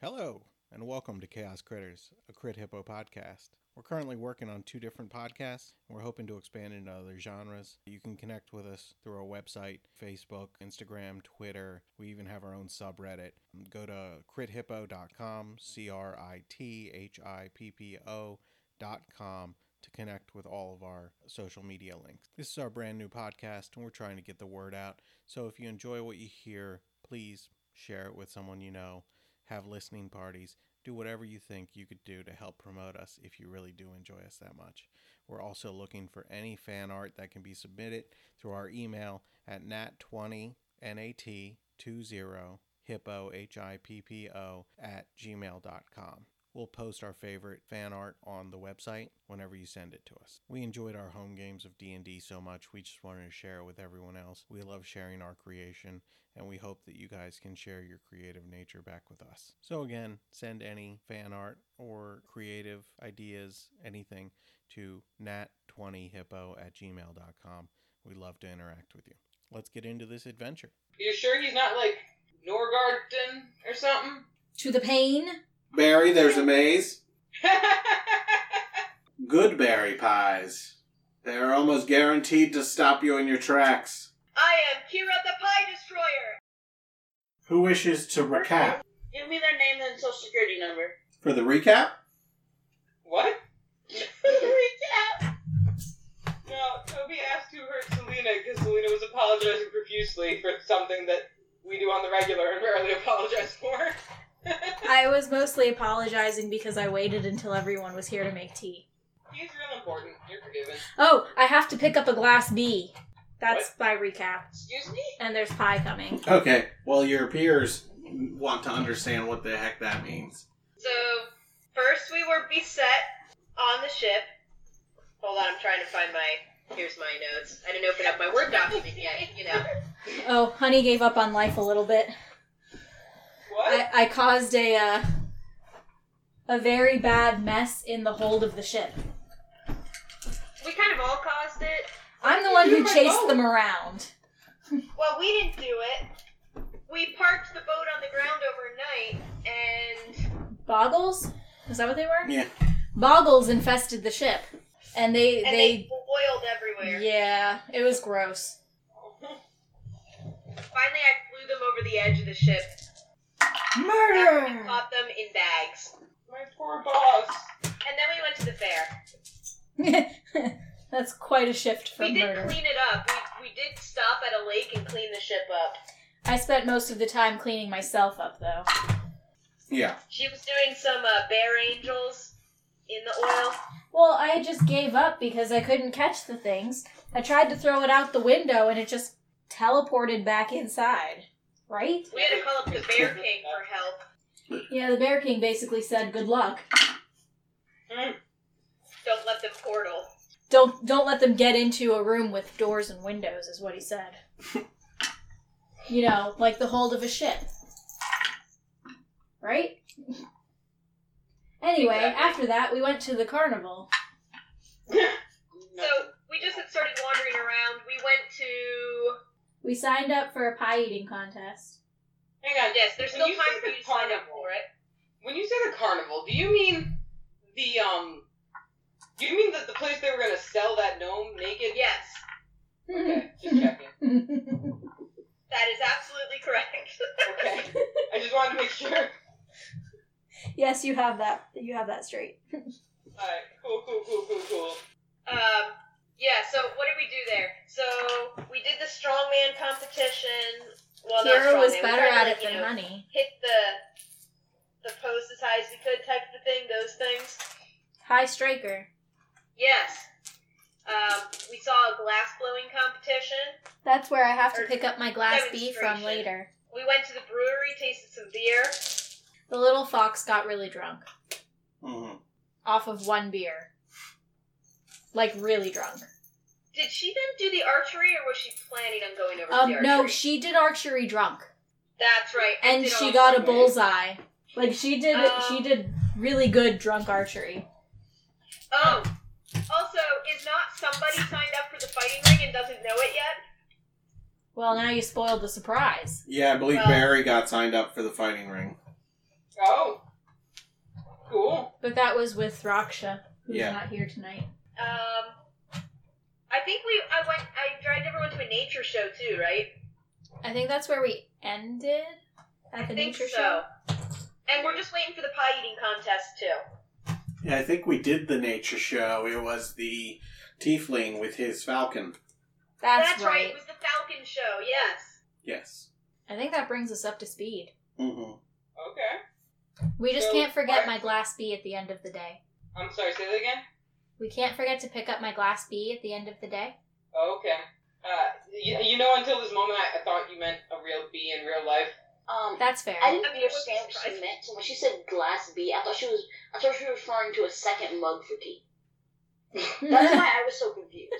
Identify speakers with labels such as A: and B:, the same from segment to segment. A: Hello, and welcome to Chaos Critters, a Crit Hippo podcast. We're currently working on two different podcasts, and we're hoping to expand into other genres. You can connect with us through our website, Facebook, Instagram, Twitter. We even have our own subreddit. Go to crithippo.com, C R I T H I P P O dot com to connect with all of our social media links. This is our brand new podcast, and we're trying to get the word out. So if you enjoy what you hear, please share it with someone you know have listening parties, do whatever you think you could do to help promote us if you really do enjoy us that much. We're also looking for any fan art that can be submitted through our email at nat20nat20 hippo h-i-p-p-o at gmail.com we'll post our favorite fan art on the website whenever you send it to us we enjoyed our home games of d&d so much we just wanted to share it with everyone else we love sharing our creation and we hope that you guys can share your creative nature back with us. So, again, send any fan art or creative ideas, anything, to nat20hippo at gmail.com. We love to interact with you. Let's get into this adventure.
B: You sure he's not like Norgarden or something?
C: To the pain?
A: Barry, there's a maze. Good berry pies. They're almost guaranteed to stop you in your tracks.
D: I am Kira the Pie Destroyer.
A: Who wishes to recap?
D: Give me their name and social security number.
A: For the recap?
B: what?
D: Recap.
B: No, Toby asked who hurt Selena because Selena was apologizing profusely for something that we do on the regular and rarely apologize for.
C: I was mostly apologizing because I waited until everyone was here to make tea.
B: He's real important. You're forgiven.
C: Oh, I have to pick up a glass B. That's my recap.
B: Excuse me?
C: And there's pie coming.
A: Okay. Well, your peers want to understand what the heck that means.
D: So first we were beset on the ship. Hold on, I'm trying to find my. Here's my notes. I didn't open up my word document yet. You know.
C: Oh, honey gave up on life a little bit.
B: What?
C: I, I caused a uh, a very bad mess in the hold of the ship.
D: We kind of all caused it.
C: I'm the one
B: You
C: who
B: might
C: chased
B: know.
C: them around.
D: Well, we didn't do it. We parked the boat on the ground overnight, and
C: Boggles? Is that what they were?
A: Yeah.
C: Boggles infested the ship, and they
D: and they, boiled everywhere.
C: yeah, it was gross.
D: Finally, I flew them over the edge of the ship. After we
C: Murder.
D: caught them in bags,
B: My poor boss.
D: and then we went to the fair.
C: That's quite a shift
D: We
C: from
D: did
C: murder.
D: clean it up. We, we did stop at a lake and clean the ship up.
C: I spent most of the time cleaning myself up, though.
A: Yeah.
D: She was doing some uh, bear angels in the oil.
C: Well, I just gave up because I couldn't catch the things. I tried to throw it out the window and it just teleported back inside. Right?
D: We had to call up the bear king for help.
C: Yeah, the Bear King basically said, "Good luck.
D: Don't let them portal.
C: Don't don't let them get into a room with doors and windows," is what he said. you know, like the hold of a ship. Right? Anyway,
B: Exactly.
C: after that, we went to the carnival.
D: So we just had started wandering around. We went to.
C: We signed up for a pie eating contest.
B: Hang on.
D: Yes, there's still
B: When you
D: time
B: say
D: for
B: the
D: you to sign up
B: carnival,
D: for it.
B: When you say the carnival, do you mean the, um. Do you mean that the place they were gonna sell that gnome naked?
D: Yes,
B: Okay, just checking.
D: that is absolutely correct.
B: Okay. I just wanted to make sure.
C: yes, you have that. You have that straight.
B: Alright, cool, cool, cool, cool, cool.
D: Um, yeah, so what did we do there? So we did the strongman competition. Well, not
C: Kira was
D: strongman, we
C: better
D: tried to,
C: at
D: like,
C: it
D: you
C: than
D: know,
C: Honey.
D: Hit the the post as high as we could type of thing, those things.
C: High striker.
D: Yes. Um, we saw a glass blowing competition.
C: That's where I have
D: Or
C: to pick up my glass B from
D: demonstration.
C: later.
D: We went to the brewery, tasted some beer.
C: The little fox got really drunk.
A: Mm-hmm.
C: off of one beer. Like really drunk.
D: Did she then do the archery, or was she planning on going over
C: Um
D: to the
C: no,
D: archery?
C: she did archery drunk.
D: That's right. I
C: And
D: did
C: she
D: all
C: got a
D: three.
C: bullseye. Like she did
D: Um,
C: she did really good drunk archery.
D: Oh. Also, is not somebody signed up for the fighting ring and doesn't know it yet?
C: Well, now you spoiled the surprise.
A: Yeah, I believe
D: Well-
A: Barry got signed up for the fighting ring.
B: Oh. Cool.
C: But that was with Thraksha, who's
A: Yeah.
C: not here tonight.
D: Um, I think we. I went. I dragged everyone to a nature show too, right?
C: I think that's where we ended at the
D: I think
C: nature
D: so.
C: show.
D: And we're just waiting for the pie eating contest too.
A: Yeah, I think we did the nature show. It was the tiefling with his falcon.
C: That's, right.
D: It was the Falcon show. Yes.
A: Yes.
C: I think that brings us up to speed.
A: Mm-hmm.
B: Okay.
C: We just
B: So,
C: can't forget
B: I-
C: my glass bee at the end of the day.
B: I'm sorry, say that again?
C: We can't forget to pick up my glass bee at the end of the day.
B: Okay. Uh, you, you know, until this moment, I, I thought you meant a real bee in real life.
E: Um,
C: That's fair.
E: I didn't
D: I mean, it
E: understand
D: wouldn't
E: what
D: surprise
E: she
D: me.
E: meant. So when she said glass bee, I thought she was I thought she was referring to a second mug for tea. That's why I was so confused.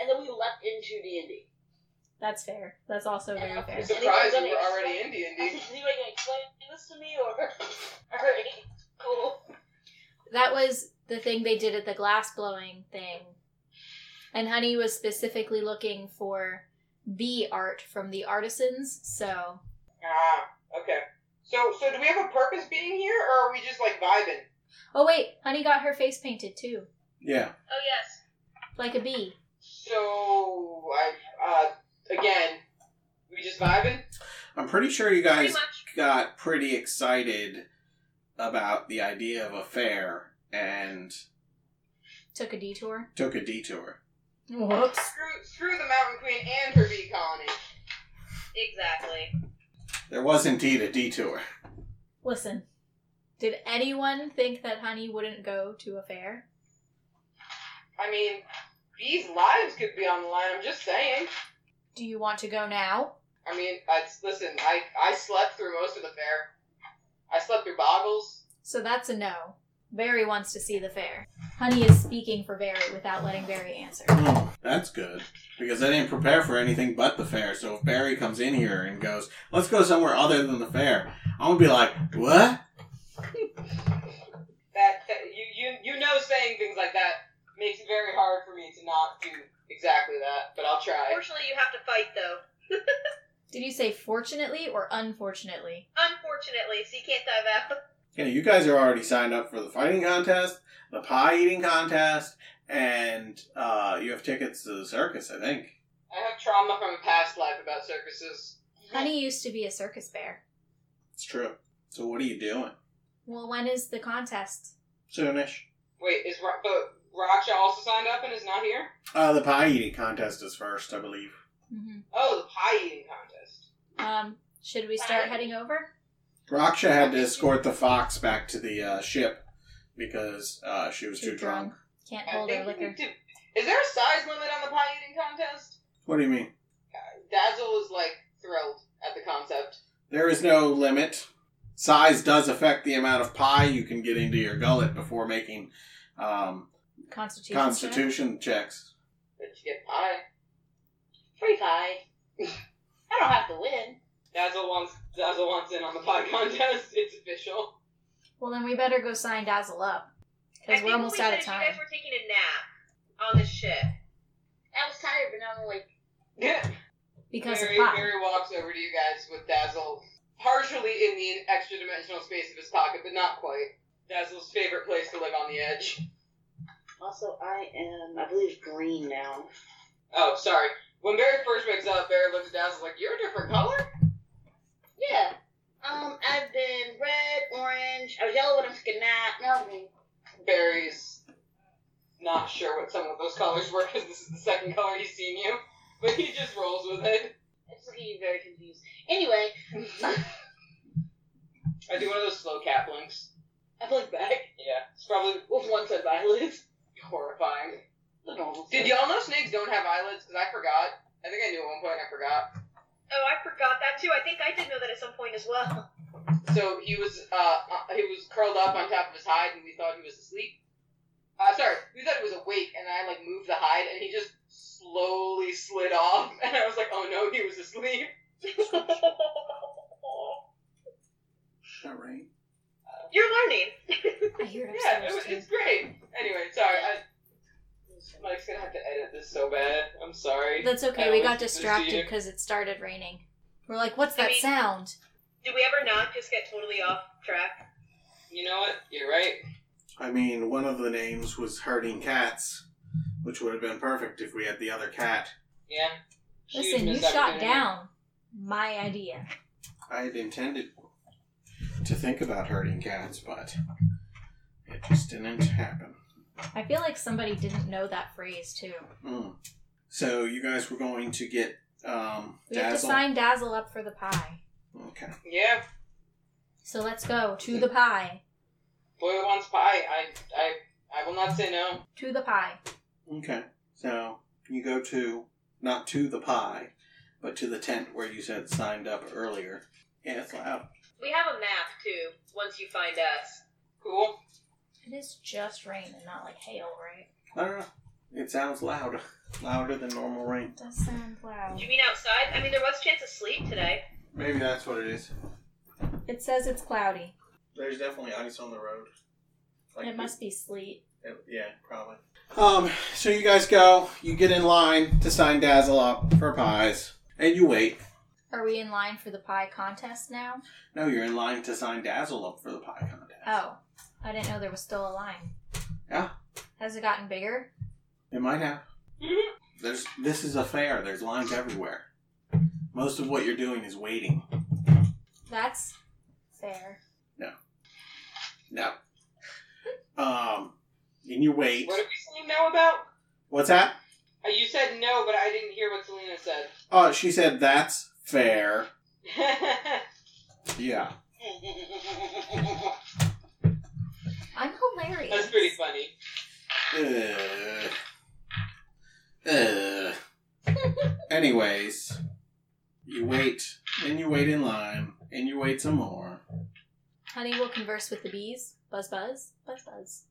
E: and then we leapt into D and D.
C: That's fair. That's also very
E: Yeah.
C: fair.
B: I'm
E: Is it-
B: surprised
E: Anyone
B: you were
E: gonna
B: already in D&D.
E: Is anybody gonna explain this to me or? Alright, cool.
C: That was the thing they did at the glass blowing thing. And Honey was specifically looking for bee art from the artisans, so
B: Ah, okay. So, so do we have a purpose being here, or are we just like vibing?
C: Oh wait, Honey got her face painted too.
A: Yeah.
D: Oh yes.
C: Like a bee.
B: So, I, uh, again, we just vibing?
A: I'm pretty sure you
D: Pretty
A: guys
D: much.
A: got pretty excited about the idea of a fair and
C: Took a detour.
A: took a detour.
C: Whoops.
B: Screw, screw the Mountain Queen and her bee colony.
D: Exactly.
A: There was indeed a detour.
C: Listen. Did anyone think that Honey wouldn't go to a fair?
B: I mean, bees' lives could be on the line. I'm just saying.
C: Do you want to go now?
B: I mean, I, listen, I, I slept through most of the fair. I slept through Boggles.
C: So that's a no. Barry wants to see the fair. Honey is speaking for Barry without letting Barry answer.
A: Hmm, that's good. Because I didn't prepare for anything but the fair. So if Barry comes in here and goes, let's go somewhere other than the fair, I'm going to be like, what?
B: That, that you, you, you know, saying things like that makes it very hard for me to not do exactly that. But I'll try.
D: Fortunately, you have to fight though.
C: Did you say fortunately or unfortunately?
D: Unfortunately, so you can't dive out.
A: You know, you guys are already signed up for the fighting contest, the pie eating contest, and uh, you have tickets to the circus, I think.
B: I have trauma from a past life about circuses.
C: Honey used to be a circus bear.
A: It's true. So what are you doing?
C: Well, when is the contest?
A: Soonish.
B: Wait, is Ro- but Raksha also signed up and is not here?
A: Uh, the pie eating contest is first, I believe.
C: hmm
B: Oh, the pie eating contest.
C: Um, should we start heading over?
A: Raksha had to escort the fox back to the uh, ship because uh, she was too, drunk.
C: Can't
B: I
C: hold her
B: think we
C: liquor.
B: need to- Is there a size limit on the pie eating contest?
A: What do you mean?
B: Dazzle is like thrilled at the concept.
A: There is no limit. Size does affect the amount of pie you can get into your gullet before making um,
C: Constitution. check?
A: constitution checks.
B: But you get pie.
E: Free pie. I don't have to win.
B: Dazzle wants Dazzle wants in on the pie contest. It's official.
C: Well, then we better go sign Dazzle up.
D: I
C: Because
D: think
C: we're almost
D: what we
C: out
D: said
C: of
D: is
C: time.
D: You guys were taking a nap on the ship.
E: I was tired, but now I'm awake.
B: Yeah.
C: Because
B: Mary,
C: of pop.
B: Mary walks over to you guys with Dazzle partially in the extra dimensional space of his pocket, but not quite. Dazzle's favorite place to live on the edge.
E: Also, I am, I believe, green now.
B: Oh, sorry. When Barry first wakes up, Barry looks at Dazzle like, You're a different color?
E: Yeah. Um, I've been red, orange. I was yellow when I'm taking a nap. Now I'm green.
B: Barry's not sure what some of those colors were because this is the second color he's seen you, but he just rolls with it.
E: I just look at you very confused. Anyway,
B: I do one of those slow cat blinks.
E: I look back
B: Yeah, it's probably
E: with one set of eyelids.
B: horrifying.
E: The normal
B: Did
E: set.
B: y'all know snakes don't have eyelids? Because I forgot. I think I knew at one point I forgot.
D: Oh, I forgot that too. I think I did know that at some point as well.
B: So he was uh, uh, he was curled up on top of his hide, and we thought he was asleep. Uh, sorry, we thought he was awake, and I like moved the hide, and he just slowly slid off, and I was like, oh no, he was asleep.
A: All right.
D: You're learning.
C: I hear it
B: yeah, it
C: upstairs
B: was,
C: too.
B: it's great. Anyway, sorry, I, Mike's gonna have to edit this so bad. I'm sorry.
C: That's okay.
B: I
C: We
B: was
C: got distracted
B: deceived.
C: because it started raining. We're like, what's that
D: I mean-
C: sound?
D: Did we ever not just get totally off track?
B: You know what? You're right.
A: I mean, one of the names was herding cats, which would have been perfect if we had the other cat.
B: Yeah. Huge
C: Listen, you
B: missed
C: shot
B: opportunity.
C: down my idea.
A: I had intended to think about herding cats, but it just didn't happen.
C: I feel like somebody didn't know that phrase too.
A: Mm. So you guys were going to get um,
C: We have to
A: Dazzle.
C: sign Dazzle up for the pie.
A: okay.
B: Yeah.
C: So let's go to the pie.
B: Boy wants pie. I I I will not say no.
C: To the pie.
A: Okay. So you go to not to the pie, but to the tent where you said signed up earlier. Yeah, it's loud.
D: We have a map too. Once you find us,
B: Cool.
C: It is just rain and not like hail, right?
A: I don't know. It sounds loud, louder than normal rain.
C: It does sound loud.
D: you mean outside? I mean, there was chance of sleet today.
A: Maybe that's what it is.
C: It says it's cloudy.
A: There's definitely ice on the road.
C: It must be sleet.
A: it- yeah, probably. Um. So you guys go. You get in line to sign Dazzle up for pies, and you wait.
C: Are we in line for the pie contest now?
A: No, you're in line to sign Dazzle up for the pie contest.
C: Oh, I didn't know there was still a line.
A: Yeah.
C: Has it gotten bigger?
A: It might have.
C: Mm-hmm.
A: There's this is a fair. There's lines everywhere. Most of what you're doing is waiting.
C: That's fair.
A: No. Um, and you wait.
B: What did we say no about?
A: What's that?
B: Uh, You said no, but I didn't hear what Selena said.
A: Oh, she said that's fair. Yeah.
C: I'm hilarious.
B: That's pretty funny.
A: Ugh. Ugh. Anyways, you wait, and you wait in line, and you wait some more.
C: Honey will converse with the bees. Buzz, buzz, buzz, buzz.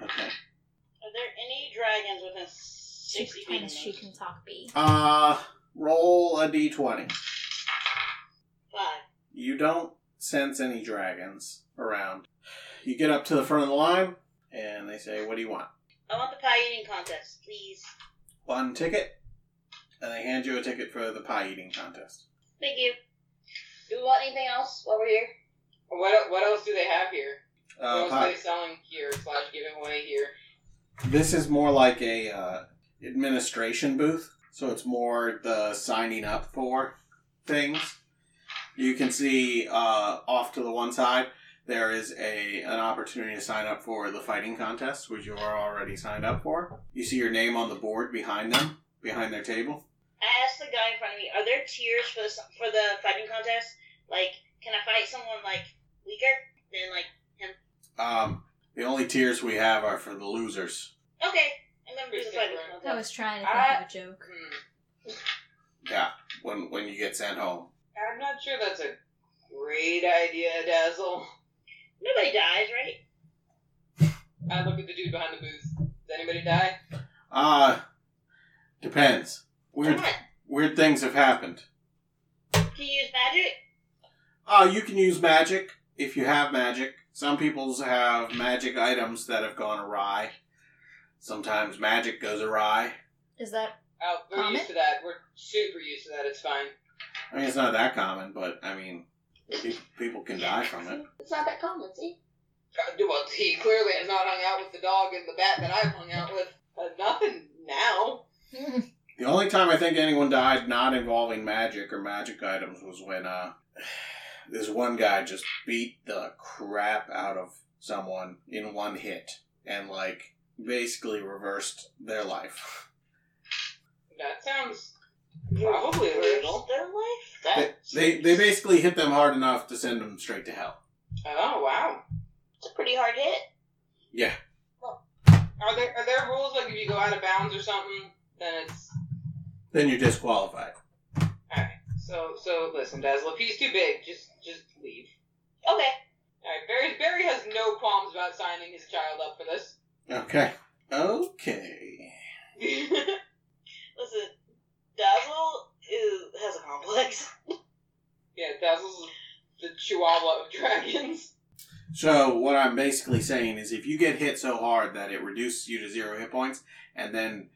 A: Okay.
E: Are there any dragons within
C: She
E: 60 feet
C: pretends
E: of
C: she
E: me?
C: can talk bee.
A: Uh, roll a d20.
E: Five.
A: You don't sense any dragons around. You get up to the front of the line, and they say, What do you want?
E: I want the pie eating contest, please.
A: One ticket, and they hand you a ticket for the pie eating contest.
E: Thank you. Do we want anything else while we're here?
B: What el- what else do they have here? What
A: Uh,
B: else are
A: pie.
B: they selling here slash giving away here?
A: This is more like a uh, administration booth, so it's more the signing up for things. You can see uh, off to the one side there is a an opportunity to sign up for the fighting contest, which you are already signed up for. You see your name on the board behind them, behind their table.
E: I asked the guy in front of me, are there tiers for the, for the fighting contest? Like, can I fight someone, like, weaker than, like,
A: Um, the only tiers we have are for the losers.
E: okay, I'm gonna do the fighting
B: Pretty
C: I
E: contest.
C: was trying to think of a joke.
B: Hmm.
A: Yeah, when when you get sent home.
B: I'm not sure that's a great idea, Dazzle.
E: Nobody dies, right?
B: I look at the dude behind the booth. Does anybody die?
A: Uh depends. Weird
E: Come on.
A: weird things have happened.
E: Can you use magic?
A: Uh you can use magic if you have magic. Some people's have magic items that have gone awry. Sometimes magic goes awry.
C: Is that
B: Oh, we're
C: Comment?
B: used to that. We're super used to that. It's fine.
A: I mean it's not that common, but I mean pe- people can die from it.
E: It's not that common, see?
B: God, Uh, Well, he clearly has not hung out with the dog and the bat that I've hung out with. Uh, nothing now.
A: The only time I think anyone died not involving magic or magic items was when uh this one guy just beat the crap out of someone in one hit and like basically reversed their life.
B: That sounds probably illegal.
E: Their life?
A: They,
E: That's
A: they they basically hit them hard enough to send them straight to hell.
B: Oh wow.
E: a pretty hard hit.
A: Yeah.
B: Are there are there rules like if you go out of bounds or something, then it's
A: Then you're disqualified.
B: so so. Listen, Dazzle, if he's too big, just just leave.
D: Okay.
B: All right, Barry. Barry has no qualms about signing his child up for this.
A: Okay. Okay.
D: Listen, Dazzle is, has a complex.
B: yeah, Dazzle's the Chihuahua of dragons.
A: So what I'm basically saying is, if you get hit so hard that it reduces you to zero hit points, and then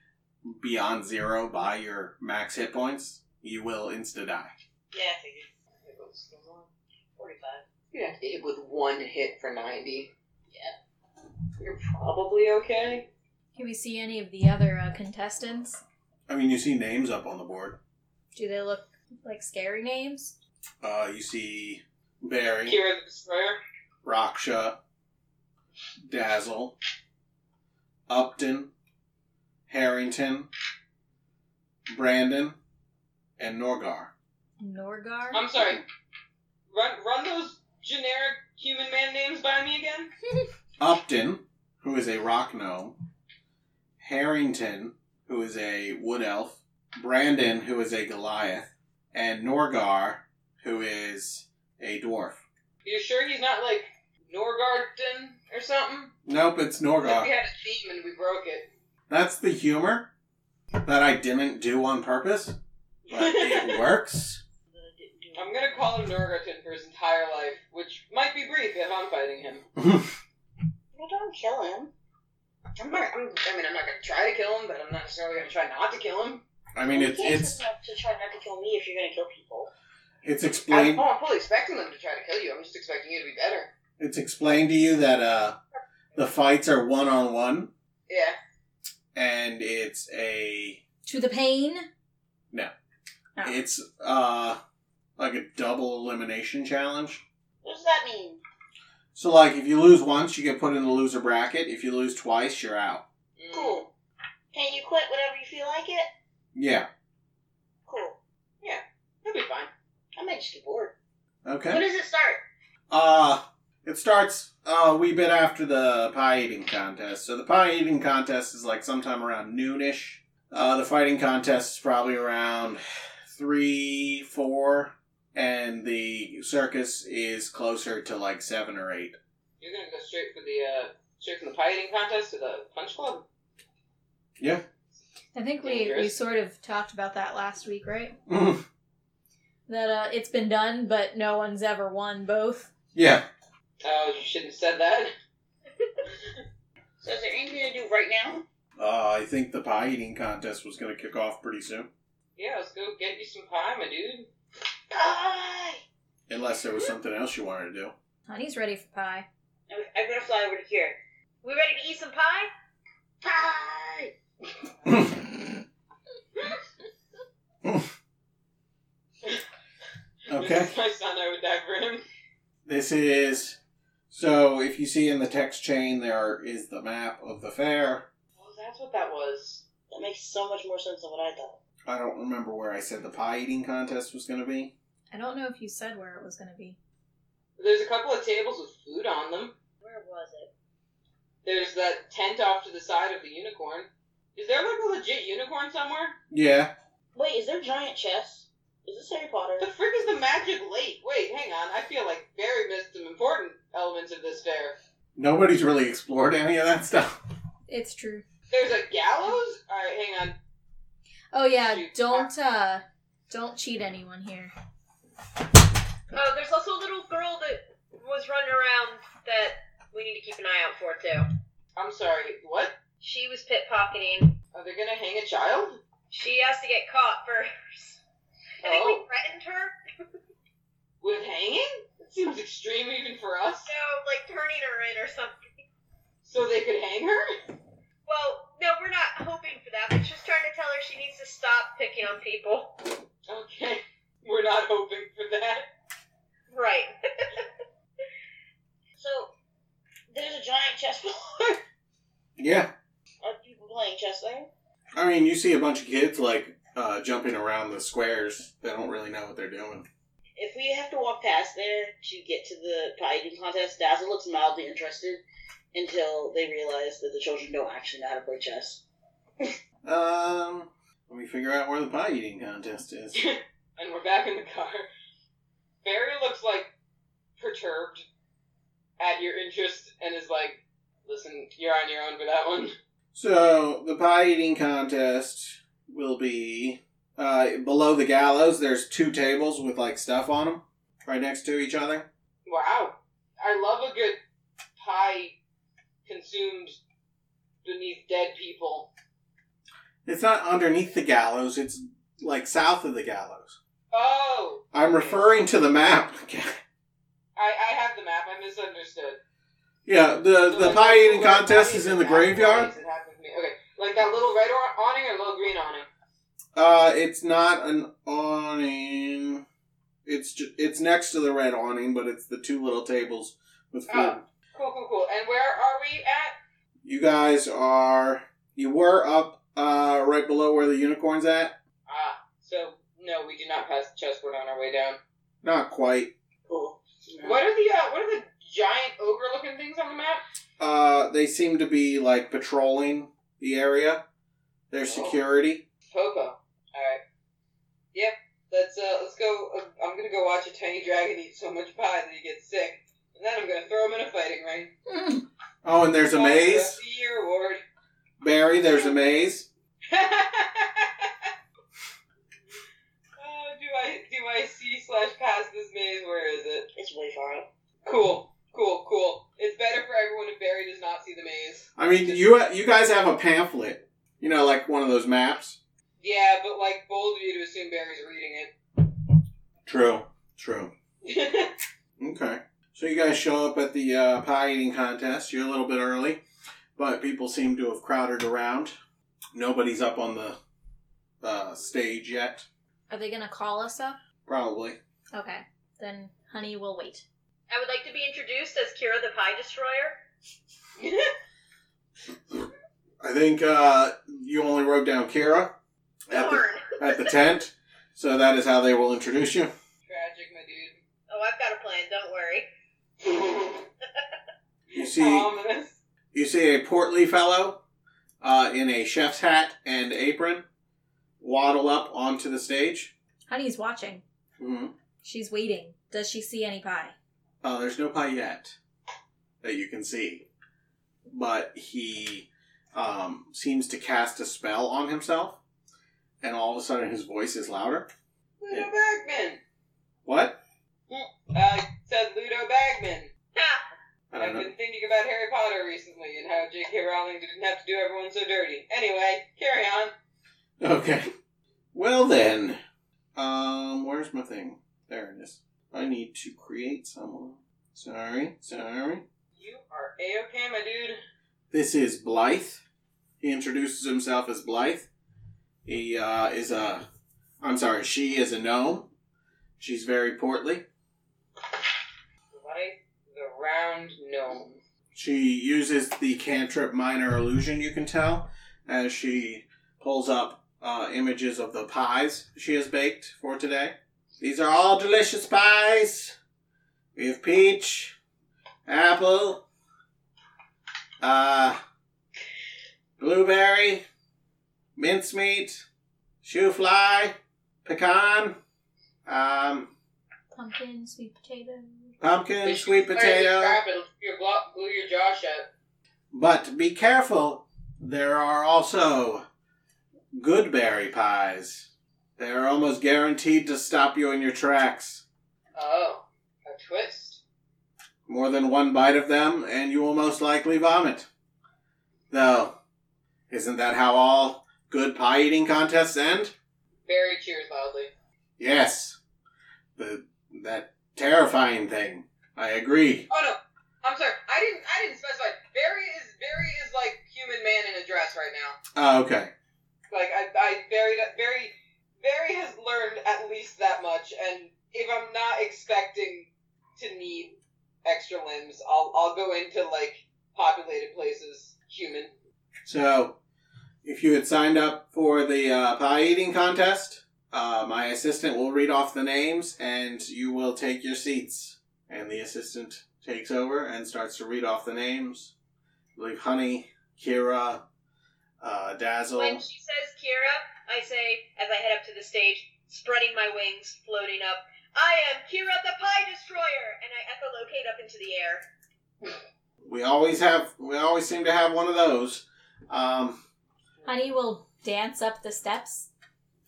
A: beyond zero by your max hit points, you will insta die.
D: Yeah, I figured. 45.
B: You have to hit with one hit for ninety. Yeah, you're probably okay.
C: Can we see any of the other uh, contestants?
A: I mean, you see names up on the board.
C: Do they look like scary names?
A: Uh, you see Barry,
B: Kira the Destroyer.
A: Raksha, Dazzle, Upton, Harrington, Brandon, and Norgar.
C: Norgar?
B: I'm sorry. Run, run those generic human man names by me again.
A: Upton, who is a rock gnome, Harrington, who is a wood elf, Brandon, who is a Goliath, and Norgar, who is a dwarf.
B: You sure he's not like Norgarden or something?
A: Nope, it's
B: We
A: Norgar.
B: had a theme and we broke it.
A: That's the humor that I didn't do on purpose, but it works.
B: I'm gonna call him Norgarden for his entire life, which might be brief if I'm fighting him.
E: Well, don't kill him.
B: I'm not. I'm, I mean, I'm not gonna try to kill him, but I'm not necessarily gonna try not to kill him.
A: I mean, it's
E: you can't
A: it's
E: just have to try not to kill me if you're gonna kill people.
A: it's
B: I'm,
A: explained
B: oh, I'm fully expecting them to try to kill you. I'm just expecting you to be better.
A: it's explained to you that uh the fights are one on one,
B: Yeah.
A: and it's a
C: to the pain? Oh.
A: It's uh like a double elimination challenge.
E: What does that mean?
A: So like if you lose once, you get put in the loser bracket. If you lose twice, you're out.
B: Mm.
E: Cool. Can you quit whenever you feel like it?
A: Yeah.
E: Cool.
B: He'll be fine.
E: I might just get bored. When
A: Okay.
E: does it start?
A: Uh it starts a wee bit after the pie eating contest. So the pie eating contest is like sometime around noonish. Uh, the fighting contest is probably around three, four, and the circus is closer to like seven or eight.
B: You're gonna go straight for the uh, straight from the pie eating contest to the punch club.
A: Yeah.
C: I think we, we
B: Dangerous.
C: sort of talked about that last week, right? That uh, it's been done, but no one's ever won both.
A: yeah.
B: Oh, you shouldn't have said that.
E: So is there anything to do right now?
A: Uh, I think the pie eating contest was going to kick off pretty soon,
B: Yeah, let's go get you some pie, my dude.
E: Bye.
A: unless there was something else you wanted to do.
C: Honey's ready for pie.
E: I'm, I'm gonna fly over to here.
D: We ready to eat some pie?
E: Bye.
A: Okay.
B: This is my son. I would die for him.
A: This is so. If you see in the text chain, there is the map of the fair.
B: Oh, that's what that was.
E: That makes so much more sense than what I thought.
A: I don't remember where I said the pie eating contest was going to be.
C: I don't know if you said where it was going to be.
B: There's a couple of tables with food on them.
E: Where was it?
B: There's that tent off to the side of the unicorn. Is there like a legit unicorn somewhere?
A: Yeah,
E: Wait, is there giant chess? Is this Harry Potter?
B: The frick is the magic lake? Wait, hang on. I feel like Barry missed some important elements of this fair.
A: nobody's really explored any of that stuff.
C: It's true.
B: There's a gallows? Alright, hang on.
C: Oh yeah,
B: Shoot.
C: don't uh don't cheat anyone here.
D: Oh, there's also a little girl that was running around that we need to keep an eye out for too.
B: I'm sorry, what?
D: She was pickpocketing.
B: Are they gonna hang a child?
D: She has to get caught first. I think we
B: Oh.
D: threatened her.
B: With hanging? That seems extreme even for us.
D: No, like turning her in or something.
B: So they could hang her?
D: Well, no, we're not hoping for that. But just trying to tell her she needs to stop picking on people.
B: Okay. We're not hoping for that.
D: Right.
E: So there's a giant chessboard.
A: Yeah,
E: Are people playing chess there?
A: I mean, you see a bunch of kids like uh, jumping around the squares. They don't really know what they're doing.
E: If we have to walk past there to get to the pie eating contest, Dazzle looks mildly interested until they realize that the children don't actually know how to play chess.
A: Um, let me figure out where the pie eating contest is.
B: and we're back in the car. Barry looks like perturbed at your interest and is like, listen, you're on your own for that one.
A: So the pie eating contest will be uh, below the gallows. There's two tables with like stuff on them, right next to each other.
B: Wow. I love a good pie consumed beneath dead people.
A: It's not underneath the gallows. It's like south of the gallows.
B: Oh!
A: I'm referring to the map.
B: I, I have the map. I misunderstood.
A: yeah, the
B: So,
A: the
B: like,
A: pie eating
B: where the
A: contest
B: pie
A: is in the
B: at, where
A: graveyard.
B: is it happening to me? Okay, like that little red aw- awning or little green awning?
A: Uh, it's not an awning. It's ju- it's next to the red awning, but it's the two little tables with food.
B: Oh. Cool, cool, cool. And where are we at?
A: You guys are you were up uh right below where the unicorn's at.
B: Ah, so no, we do not pass the chessboard on our way down.
A: Not quite.
E: Cool.
B: What are the uh, what are the giant ogre-looking things on the map?
A: Uh, they seem to be like patrolling the area. Their security.
B: Popo. All right. Yep. Let's uh, let's go. uh, I'm gonna go watch a tiny dragon eat so much pie that he gets sick, and then I'm gonna throw him in a fighting ring.
C: Mm.
A: Oh, and there's a
B: Call it the rest
A: maze.
B: of the year award.
A: Barry, there's a maze.
B: Oh, do I do I see slash pass this maze? Where is it?
E: It's way far up.
B: Cool, cool, cool. It's better for everyone if Barry does not see the maze.
A: I mean, you you guys have a pamphlet. You know, like one of those maps.
B: Yeah, but like bold of you to assume Barry's reading
A: True. True.
B: it.
A: Okay. So you guys show up at the uh, pie eating contest. You're a little bit early, but people seem to have crowded around. Nobody's up on the uh, stage yet.
C: Are they gonna call us up?
A: Probably.
C: Okay, then Honey will wait.
D: I would like to be introduced as Kira the Pie Destroyer.
A: I think uh, you only wrote down Kira at the,
D: Darn.
A: at the tent, so that is how they will introduce you.
B: Tragic, my dude.
D: Oh, I've got a plan. Don't worry.
A: You see,
B: Ominous.
A: you see a portly fellow uh, in a chef's hat and apron waddle up onto the stage.
C: Honey's watching.
A: Mm-hmm.
C: She's waiting. Does she see any pie?
A: Uh, there's no pie yet that you can see, but he um, seems to cast a spell on himself, and all of a sudden his voice is louder.
B: Ludo Bagman.
A: What?
B: I said Ludo Bagman.
D: Ha!
A: I
B: I've
A: don't know.
B: been thinking about Harry Potter recently and how J.K. Rowling didn't have to do everyone so dirty. Anyway, carry on.
A: Okay. Well then, um, where's my thing? There it is. I need to create someone. Sorry, sorry.
B: You are a-okay, my dude.
A: This is Blythe. He introduces himself as Blythe. He uh, is a. I'm sorry, she is a gnome. She's very portly.
B: Life the round gnome.
A: She uses the cantrip minor illusion, you can tell, as she pulls up uh, images of the pies she has baked for today. These are all delicious pies. We have peach, apple, uh, blueberry, mincemeat, shoe fly, pecan, um,
C: Pumpkin, sweet potato.
A: pumpkin, sweet
B: Where is
A: potato.
B: it? Crap, it'll your block, glue your jaw shut.
A: But be careful. There are also good berry pies. They are almost guaranteed to stop you in your tracks.
B: Oh, a twist.
A: More than one bite of them, and you will most likely vomit. Though, isn't that how all good pie eating contests end?
B: Barry cheers loudly.
A: Yes. The, that terrifying thing. I agree.
B: Oh no, I'm sorry. I didn't. I didn't specify. Barry is Barry is like human man in a dress right now.
A: Oh, okay.
B: Like I, I Barry, Barry, Barry has learned at least that much. And if I'm not expecting to need extra limbs, I'll I'll go into like populated places, human.
A: So, if you had signed up for the uh, pie eating contest, uh, my assistant will read off the names and you will take your seats. And the assistant takes over and starts to read off the names. I believe Honey, Kira, uh, Dazzle.
D: When she says Kira, I say, as I head up to the stage, spreading my wings, floating up, I am Kira the Pie Destroyer, and I echolocate up into the air.
A: We always have. We always seem to have one of those. Um,
C: Honey will dance up the steps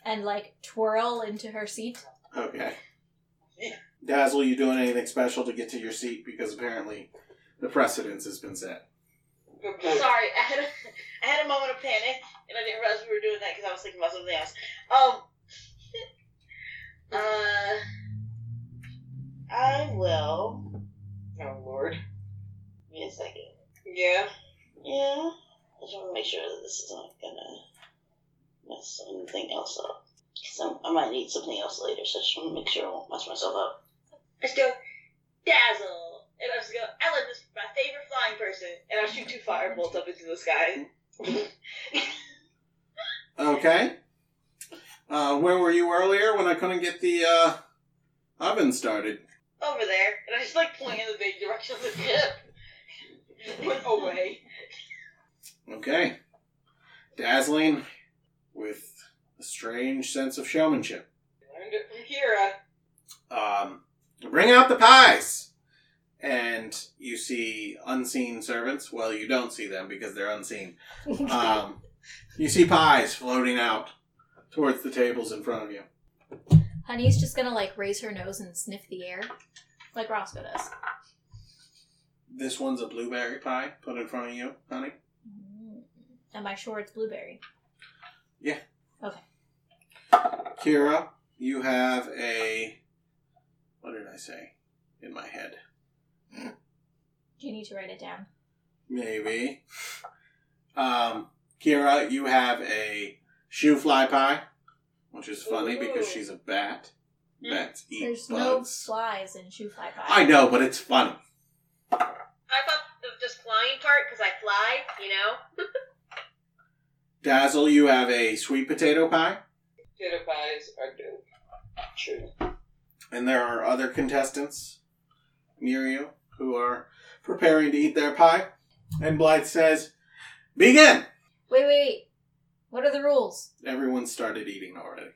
C: and like twirl into her seat.
A: okay. Dazzle, you doing anything special to get to your seat? Because apparently, the precedence has been set.
E: Sorry, I had, a, I had a moment of panic, and I didn't realize we were doing that because I was thinking about something else. Um, uh, I will.
B: Oh lord.
E: Give me a second.
B: Yeah.
E: Yeah, I just want to make sure that this is not gonna mess anything else up. Cause I'm, I might need something else later, so I just want to make sure I won't mess myself up. I just go dazzle, and I just go. I love this my favorite flying person, and I shoot two firebolts up into the sky.
A: Okay. Uh, where were you earlier when I couldn't get the uh, oven started?
E: Over there,
B: And I just like point in the big direction of the ship. Put away.
A: Okay. Dazzling with a strange sense of showmanship.
B: Learned it from Kira.
A: Um, bring out the pies! And you see unseen servants. Well, you don't see them because they're unseen. Um, you see pies floating out towards the tables in front of you.
C: Honey's just gonna like raise her nose and sniff the air, like Roscoe does.
A: This one's a blueberry pie put in front of you, honey.
C: Mm. Am I sure it's blueberry?
A: Kira, you have a. What did I say? In my head.
C: Do you need to write it down?
A: Maybe. Um, Kira, you have a shoe fly pie, which is funny because
B: Ooh.
A: she's a bat. Bats eat
C: Mm, There's no
A: bugs.
C: flies in shoe fly pie.
A: I know, but it's funny.
D: I thought of just flying part because I fly, you know.
A: Dazzle, you have a sweet potato pie,
B: Potato pies are dope.
E: true.
A: and there are other contestants near you who are preparing to eat their pie. And Blythe says, Begin!
C: Wait, wait, wait. What are the rules?
A: Everyone started eating already.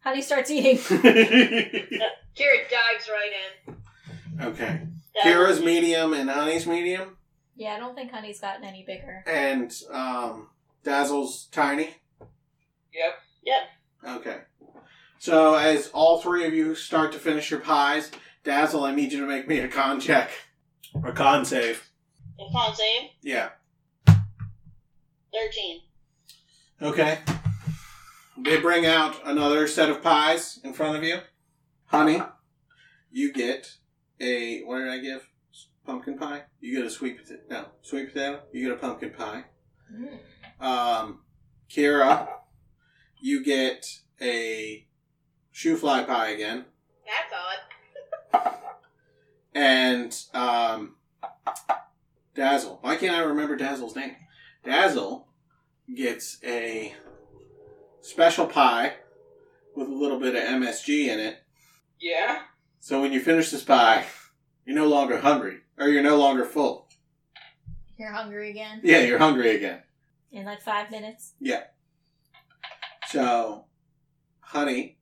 C: Honey starts eating.
A: okay.
D: Kira dives right in.
A: Kira's medium and Honey's medium,
C: yeah, I don't think Honey's gotten any bigger.
A: and um, Dazzle's tiny.
B: Yep.
A: Okay. So as all three of you start to finish your pies, Dazzle, I need you to make me a con check. A con save.
E: And con save
A: Yeah.
E: thirteen.
A: Okay. They bring out another set of pies in front of you. Honey, you get a what did I give? Pumpkin pie. You get a sweet potato. No, sweet potato. You get a pumpkin pie.
C: Mm.
A: Um, Kira, you get a shoe fly pie again,
D: That's odd.
A: and um, Dazzle. Why can't I remember Dazzle's name? Dazzle gets a special pie with a little bit of MSG in it.
B: Yeah.
A: So when you finish this pie, you're no longer hungry, or you're no longer full.
C: You're hungry again?
A: Yeah, you're hungry again.
C: In like five minutes?
A: So, honey,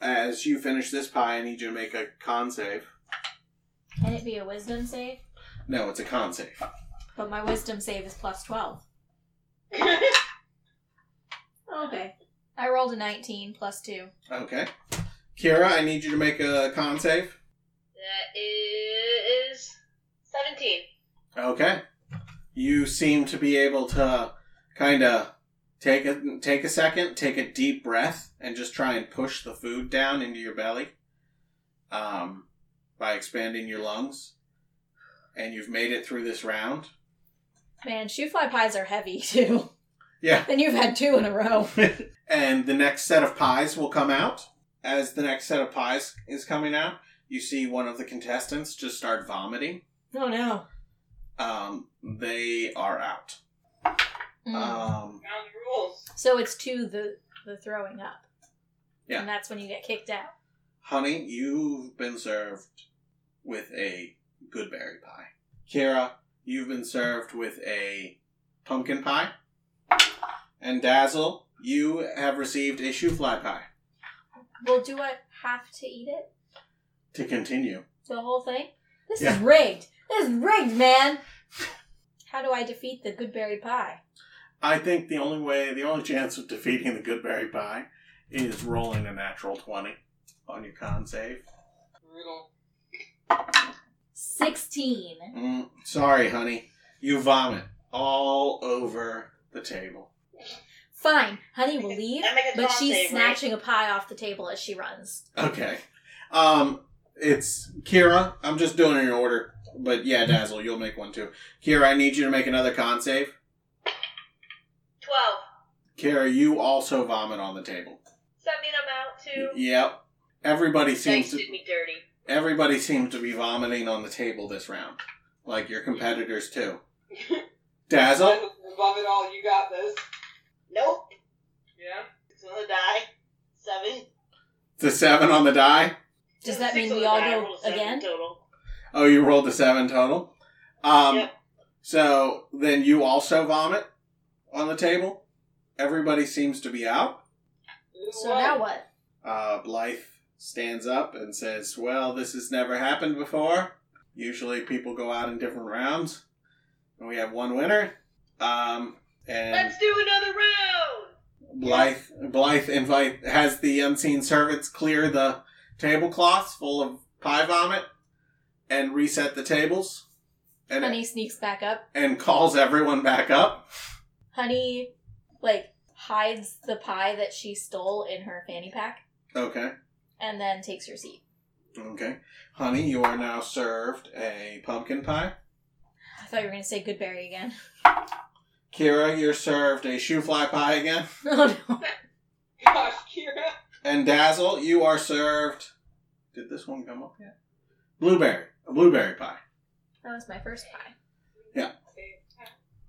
A: as you finish this pie, I need you to make a con save.
C: Can it be a wisdom save?
A: No, it's a con save.
C: But my wisdom save is plus 12. Okay. I rolled a 19 plus 2.
A: Okay. Kira, I need you to make a con save.
D: That is seventeen.
A: Okay. You seem to be able to kind of take a take a second, take a deep breath, and just try and push the food down into your belly, um, by expanding your lungs. And you've made it through this round.
C: Man, shoe fly pies are heavy too.
A: Yeah.
C: And you've had two in a row.
A: and the next set of pies will come out. As the next set of pies is coming out, you see one of the contestants just start vomiting.
C: Oh no.
A: Um, they are out.
C: Mm.
A: Um,
B: Found the rules.
C: so it's to the the throwing up.
A: Yeah.
C: And that's when you get kicked out.
A: honey, you've been served with a good berry pie. Kira, you've been served with a pumpkin pie. And Dazzle, you have received a shoe fly pie.
C: Well, do I have to eat it?
A: to continue.
C: The whole thing? This is
A: Yeah.
C: rigged. This is rigged, man. How do I defeat the Goodberry Pie?
A: I think the only way, the only chance of defeating the Goodberry Pie is rolling a natural 20 on your con save.
B: Brutal.
C: 16.
A: Mm, sorry, honey. You vomit all over the table.
C: Fine, honey will leave,
D: That makes a
C: but
D: con
C: she's
D: save, right?
C: snatching a pie off the table as she runs.
A: Okay. Um, it's Kira. I'm just doing it in order. But yeah, Dazzle, you'll make one too. Kira, I need you to make another con save.
D: Twelve.
A: Kira, you also vomit on the table.
D: Does that mean I'm out
A: Y-
D: too?
A: Yep. Everybody seems
D: Thanks,
A: to
D: did me dirty.
A: everybody seems to be vomiting on the table this round. Like your competitors too. Dazzle?
B: Above it all, you got this.
E: Nope.
B: Yeah.
E: It's another die. Seven.
A: The seven on the die?
C: Does that mean
D: Six on
C: we
D: the
C: all
D: die, I
C: go
D: rolled a seven
C: again?
D: Total.
A: Oh, you rolled a seven total. Um,
E: Yep.
A: So then you also vomit on the table. Everybody seems to be out.
C: So now what?
A: Uh, Blythe stands up and says, Well, this has never happened before. Usually people go out in different rounds, and we have one winner. Um, and
D: Let's do another round.
A: Blythe Blythe invite has the unseen servants clear the tablecloths full of pie vomit and reset the tables and
C: Honey sneaks back up.
A: and calls everyone back up.
C: Honey, like, hides the pie that she stole in her fanny pack
A: Okay.
C: and then takes her seat.
A: Okay. Honey, you are now served a pumpkin pie.
C: I thought you were going to say Goodberry again.
A: Kira, you're served a shoe fly pie again.
C: oh no.
B: Gosh, Kira.
A: And Dazzle, you are served Did this one come up yet? Blueberry. A blueberry pie.
C: That was my first pie.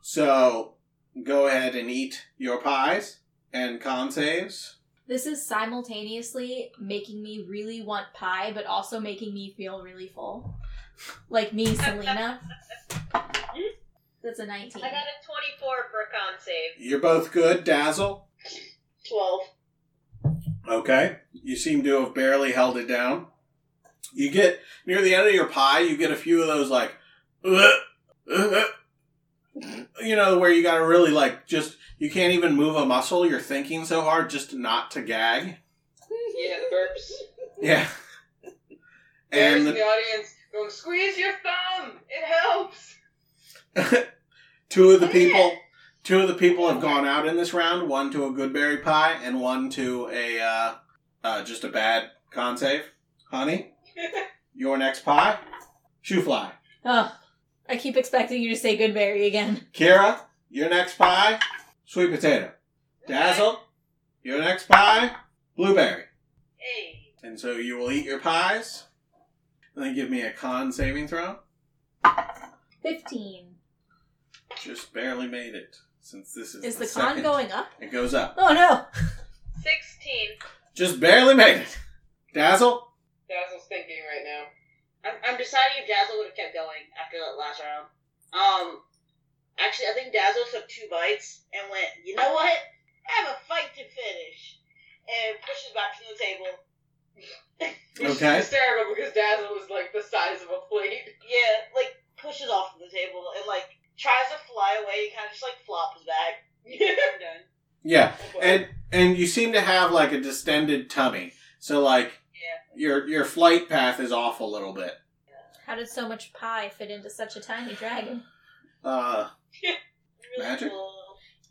A: So go ahead and eat your pies and con saves.
C: This is simultaneously making me really want pie, but also making me feel really full. Like me, Selena. That's a 19.
D: I got a twenty-four for a con save.
A: You're both good, Dazzle.
E: Twelve.
A: Okay. You seem to have barely held it down. You get near the end of your pie, you get a few of those like, "Ugh, ugh," you know, where you gotta really like just, you can't even move a muscle. You're thinking so hard just not to gag.
B: Yeah, the burps.
A: Yeah.
B: There's
A: And the
B: the audience going, squeeze your thumb. It helps.
A: two of the people two of the people have gone out in this round one to a good berry pie and one to a uh, uh, just a bad con save honey your next pie shoe fly
C: Oh, I keep expecting you to say Goodberry again.
A: kira your next pie sweet potato dazzle your next pie blueberry
D: Hey.
A: and so you will eat your pies and then give me a con saving throw
C: 15.
A: just barely made it since this is,
C: Is
A: the,
C: the con
A: second.
C: going up?
A: it goes up
C: Oh no!
D: 16.
A: just barely made it dazzle
B: Dazzle's thinking right now.
E: I'm, I'm deciding if Dazzle would have kept going after that last round. Um, actually, I think Dazzle took two bites and went, you know what? I have a fight to finish. And pushes back to the table.
B: Which
A: Okay.
B: is hysterical because Dazzle is like the size of a plate.
E: Yeah, like, pushes off the table and, like, tries to fly away. kind of just, like, flops back. I'm done.
A: yeah and and you seem to have like a distended tummy so like your your flight path is off a little bit
C: How did so much pie fit into such a tiny dragon?
A: uh
E: Really
A: Magic?
E: cool.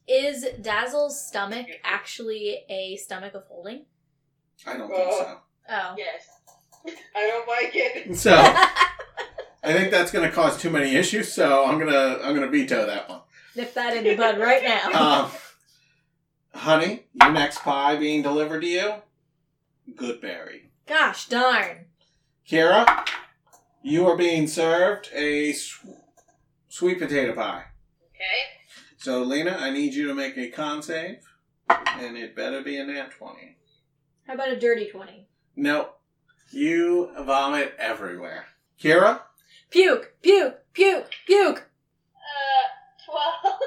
C: Is Dazzle's stomach actually a stomach of holding?
A: i don't think so
C: Oh.
E: Yes.
B: I don't like it.
A: so i think that's going to cause too many issues so i'm going to i'm going to veto that one
C: Nip that in the bud right now.
A: um honey your next pie being delivered to you goodberry
C: Gosh darn.
A: kira you are being served a s- sweet potato pie
D: Okay.
A: so lena i need you to make a con save and it better be a nat 20
C: How about a dirty 20?
A: No. You vomit everywhere. Kira?
C: Puke, puke, puke, puke.
D: Uh, 12.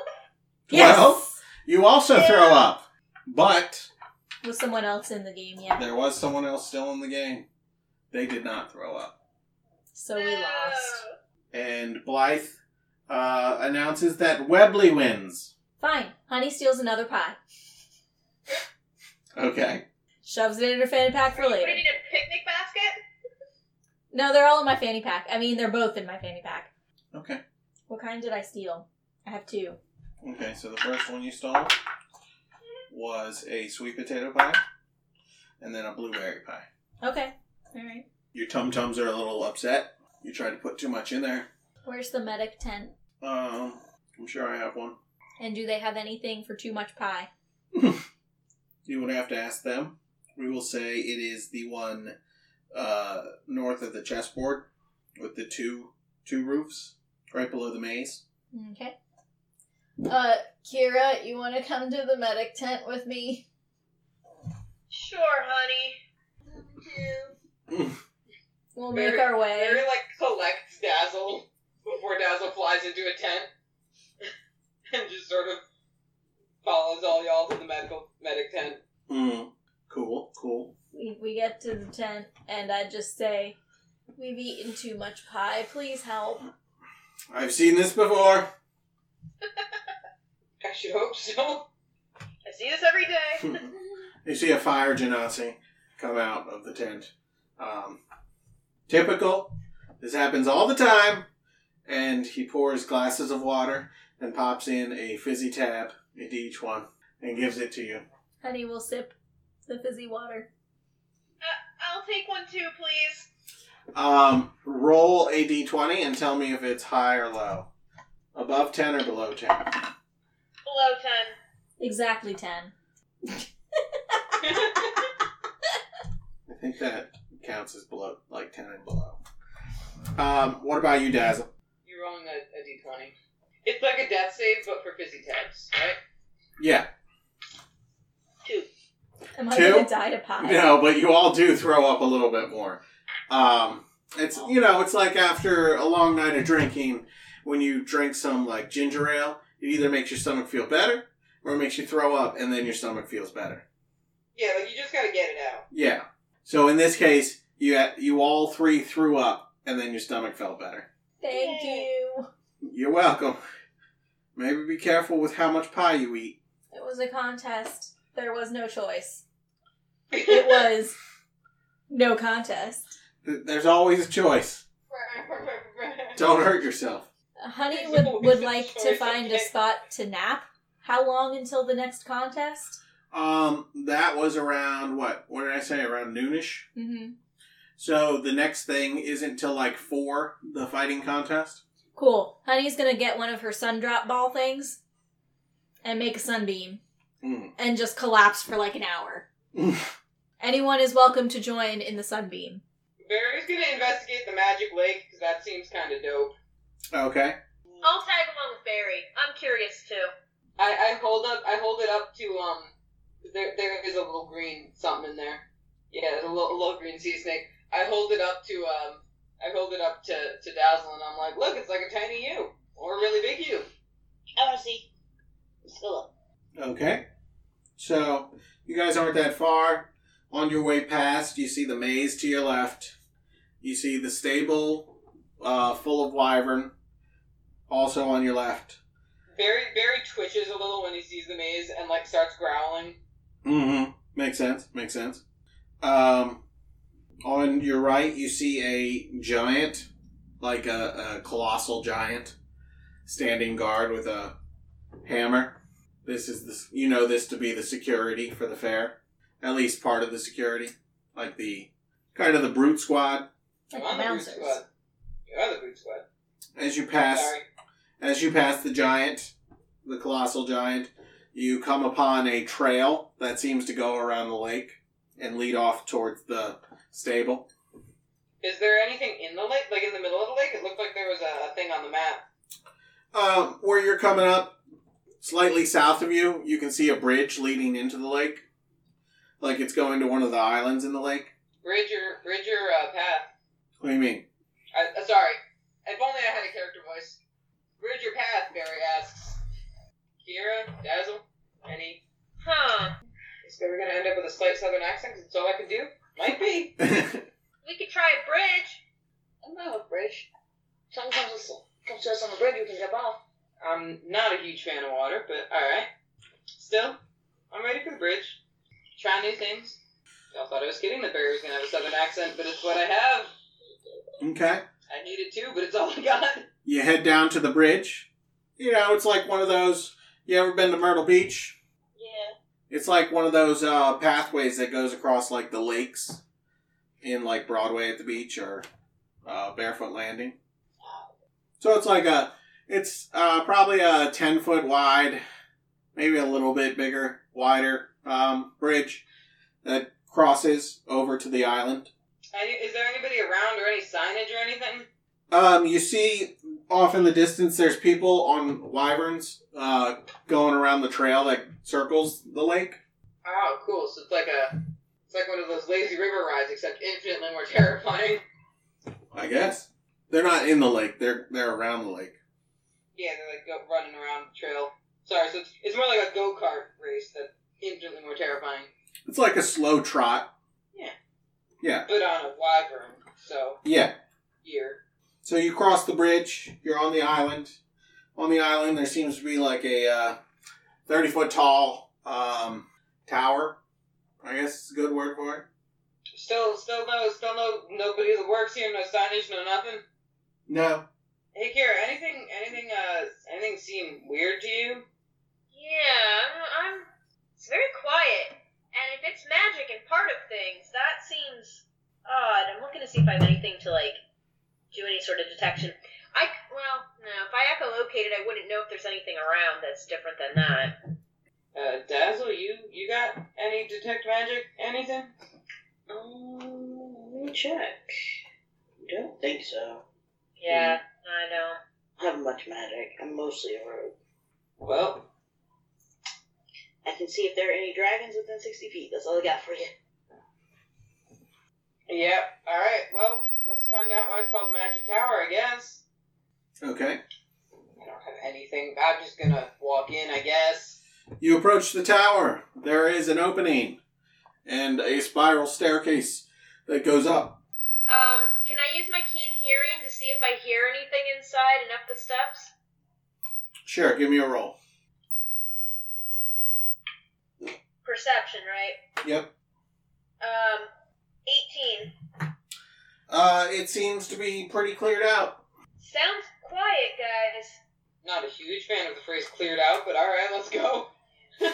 C: Yes.
A: Well, you also throw up. But
C: Was someone else in the game yet?
A: there was someone else still in the game. They did not throw up.
C: So we lost.
A: And Blythe uh, announces that Webley wins.
C: Fine. Honey steals another pie,
A: Okay.
C: shoves it in her fanny pack for
D: Are you
C: later.
D: putting it in a picnic basket?
C: No, they're all in my fanny pack. I mean, they're both in my fanny pack.
A: Okay.
C: What kind did I steal? I have two.
A: Okay, so the first one you stole was a sweet potato pie and then a blueberry pie.
C: Okay. All right.
A: Your tum tums are a little upset. You tried to put too much in there.
C: Where's the medic tent?
A: Um, I'm sure I have one.
C: And do they have anything for too much pie?
A: You would have to ask them. We will say it is the one uh, north of the chessboard with the two two roofs right below the maze.
C: Okay. Uh, Kira, you want to come to the medic tent with me?
D: Sure, honey.
C: We'll
B: Very-
C: make our way.
B: Mary like collects Dazzle before Dazzle flies into a tent and just sort of follows all y'all to the medical medic tent.
A: Mm. Cool, cool.
C: We, we get to the tent, and I just say, We've eaten too much pie. Please help.
A: I've seen this before.
B: I should hope so.
D: I see this every day.
A: you see a fire genasi come out of the tent. Um, typical. This happens all the time. And he pours glasses of water and pops in a fizzy tab into each one and gives it to you.
C: Honey will sip the fizzy water.
D: I'll take one too, please.
A: Um, roll a d20 and tell me if it's high or low. Above 10 or below 10.
D: Below 10.
C: Exactly 10.
A: I think that counts as below, like 10 and below. Um, what about you, Dazzle?
B: You're rolling a, a d20. It's like a death save, but for fizzy tabs, right?
A: Yeah.
C: Am I
A: Two?
C: going to die to pie?
A: No, but you all do throw up a little bit more. Um, it's you know, it's like after a long night of drinking, when you drink some like ginger ale, it either makes your stomach feel better or it makes you throw up, and then your stomach feels better.
B: Yeah, like you just gotta get it out.
A: Yeah. So in this case, you had, you all three threw up, and then your stomach felt better.
C: Thank you.
A: You're welcome. Maybe be careful with how much pie you eat.
C: It was a contest. There was no choice. It was no contest.
A: Th- There's always a choice. Don't hurt yourself.
C: Honey would, would like to find a spot to nap. How long until the next contest?
A: Um, that was around what? What did I say? Around noonish.
C: Mm-hmm.
A: So the next thing isn't till like four, the fighting contest.
C: Cool. Honey's gonna get one of her sun drop ball things and make a sunbeam
A: Mm.
C: and just collapse for like an hour. Anyone is welcome to join in the sunbeam.
B: Barry's gonna investigate the magic lake because that seems kind of dope.
A: Okay.
D: I'll tag along with Barry. I'm curious too.
B: I, I hold up. I hold it up to um. There, there is a little green something in there. Yeah, there's a little, a little green sea snake. I hold it up to um. I hold it up to to Dazzle, and I'm like, look, it's like a tiny you or a really big you.
E: I want to see. Let's go up.
A: Okay. So you guys aren't that far. On your way past, you see the maze to your left. You see the stable uh, full of wyvern, also on your left.
B: Barry Barry twitches a little when he sees the maze and like starts growling.
A: Mm-hmm. Makes sense. Makes sense. Um, on your right, you see a giant, like a, a colossal giant, standing guard with a hammer. This is this. You know this to be the security for the fair, at least part of the security, like the kind of the brute squad.
C: Like
B: You're on the boot
C: bouncers.
B: squad. You're on the boot squad.
A: As you pass,
B: Sorry.
A: As you pass the giant, the colossal giant, you come upon a trail that seems to go around the lake and lead off towards the stable.
B: Is there anything in the lake? Like in the middle of the lake? It looked like there was a, a thing on the map.
A: Um, where you're coming up, slightly south of you, you can see a bridge leading into the lake. Like it's going to one of the islands in the lake.
B: Bridge or bridge or uh, path.
A: What do you mean?
B: I, uh, sorry. If only I had a character voice. Bridge your path, Barry asks. Kira, Dazzle, any?
D: Huh.
B: Is Barry gonna end up with a slight southern accent? 'Cause it's all I can do. Might be.
D: We could try a bridge.
E: I'm not a bridge. Something comes, us- comes to us on the bridge, we can jump off.
B: I'm not a huge fan of water, but alright. Still, I'm ready for the bridge. Try new things. Y'all thought I was kidding that Barry was gonna have a southern accent, but it's what I have.
A: Okay.
B: I need it too, but it's all I got.
A: You head down to the bridge. You know, it's like one of those. You ever been to Myrtle Beach?
E: Yeah.
A: It's like one of those uh, pathways that goes across like the lakes in like Broadway at the beach or uh, Barefoot Landing. So it's like a, it's uh, probably a 10 foot wide, maybe a little bit bigger, wider um, bridge that crosses over to the island.
B: Any, is there anybody around or any signage or anything?
A: Um, you see off in the distance, there's people on wyverns uh, going around the trail that circles the lake.
B: Oh, cool. So it's like a, it's like one of those lazy river rides, except infinitely more terrifying.
A: I guess they're not in the lake. They're they're around the lake.
B: Yeah, they're like go, running around the trail. Sorry, so it's, it's more like a go kart race that's infinitely more terrifying,
A: It's like a slow trot.
B: Yeah.
A: Yeah.
B: but on a wyvern. So
A: Yeah.
B: here,
A: So you cross the bridge. You're on the island. On the island, there seems to be like a uh, thirty foot tall um, tower. I guess is a good word for it.
B: still, still no, still no, nobody that works here, no signage, no nothing.
A: No.
B: Hey, Kira, anything, anything, uh, anything seem weird to you?
D: Yeah, I'm, I'm. It's very quiet. And if it's magic and part of things, that seems odd. I'm looking to see if I have anything to like do any sort of detection. I c- well, no. If I echolocated, I wouldn't know if there's anything around that's different than that.
B: Uh, Dazzle, you, you got any detect magic, anything?
E: Um, let me check. Don't think so.
D: Yeah, I know.
E: I have much magic. I'm mostly a rogue.
B: Well,
E: I can see if there are any dragons within 60 feet. That's all I got for you.
B: yeah, all right. Well, let's find out why it's called Magic Tower, I guess.
A: Okay.
B: I don't have anything. I'm just gonna walk in, I guess.
A: You approach the tower. There is an opening and a spiral staircase that goes up.
D: Um, can I use my keen hearing to see if I hear anything inside and up the steps?
A: Sure, give me a roll.
D: Perception, right?
A: Yep.
D: Um, 18.
A: Uh, it seems to be pretty cleared out.
D: Sounds quiet, guys.
B: Not a huge fan of the phrase "cleared out," but all right, let's go.
E: That's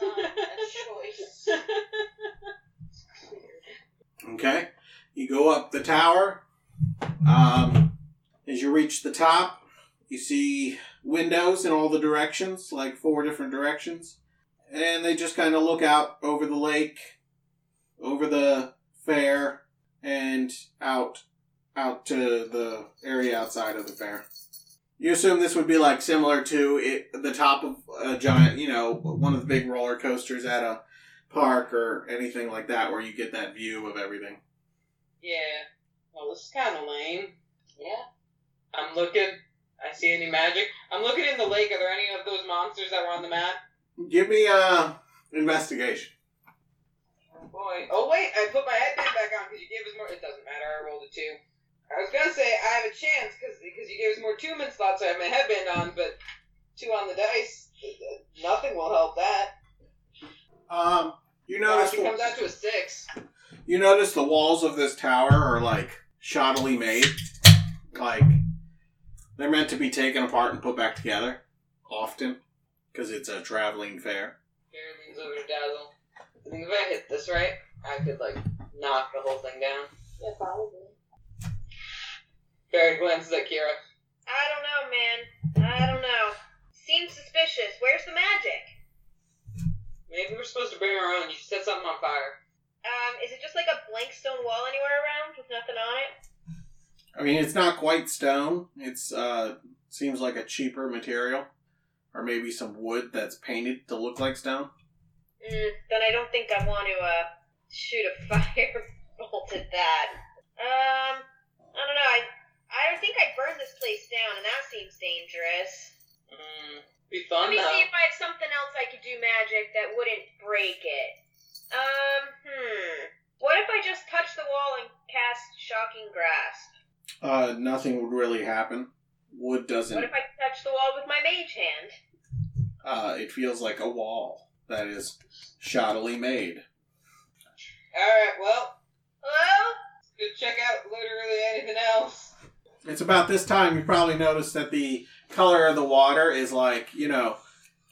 E: not a choice.
A: Okay. You go up the tower. Um, as you reach the top, you see windows in all the directions, like four different directions. And they just kind of look out over the lake, over the fair, and out out to the area outside of the fair. You assume this would be like similar to it, the top of a giant, you know, one of the big roller coasters at a park or anything like that where you get that view of everything.
B: yeah. Well, this is kind of lame.
E: Yeah.
B: I'm looking. I see any magic. I'm looking in the lake. Are there any of those monsters that were on the map?
A: Give me uh investigation.
B: Oh boy. Oh wait, I put my headband back on because you gave us more. It doesn't matter. I rolled a two. I was gonna say I have a chance because you gave us more two minutes slots. So I have my headband on, but two on the dice. Nothing will help that.
A: Um you
B: No,
A: notice
B: it comes
A: the,
B: out to a six.
A: you notice the walls of this tower are like shoddily made. Like they're meant to be taken apart and put back together often because it's a traveling fair.
B: Here leans over to Dazzle. I think if I hit this right, I could like knock the whole thing down.
E: Yeah, probably.
B: Barry glances at Kira.
D: I don't know, man. I don't know. Seems suspicious. Where's the magic?
B: Maybe we're supposed to bring our own. You set something on fire.
D: Um, is it just like a blank stone wall anywhere around with nothing on it?
A: I mean, it's not quite stone. It's uh seems like a cheaper material or maybe some wood that's painted to look like stone.
D: Mm, then I don't think I want to uh shoot a firebolt at that. Um, I don't know. I I think I burned this place down, and that seems dangerous.
B: Mm, be fun
D: Let me
B: though.
D: see if I have something else I could do magic that wouldn't break it. Um, hmm. What if I just touch wall and cast Shocking Grasp?
A: Uh, nothing would really happen. Wood
D: What
A: doesn't.
D: if I touch the wall with my mage hand?
A: Uh, it feels like a wall that is shoddily made.
B: Alright, well,
D: Hello?
B: go check out literally anything else.
A: It's about this time you probably noticed that the color of the water is like you know,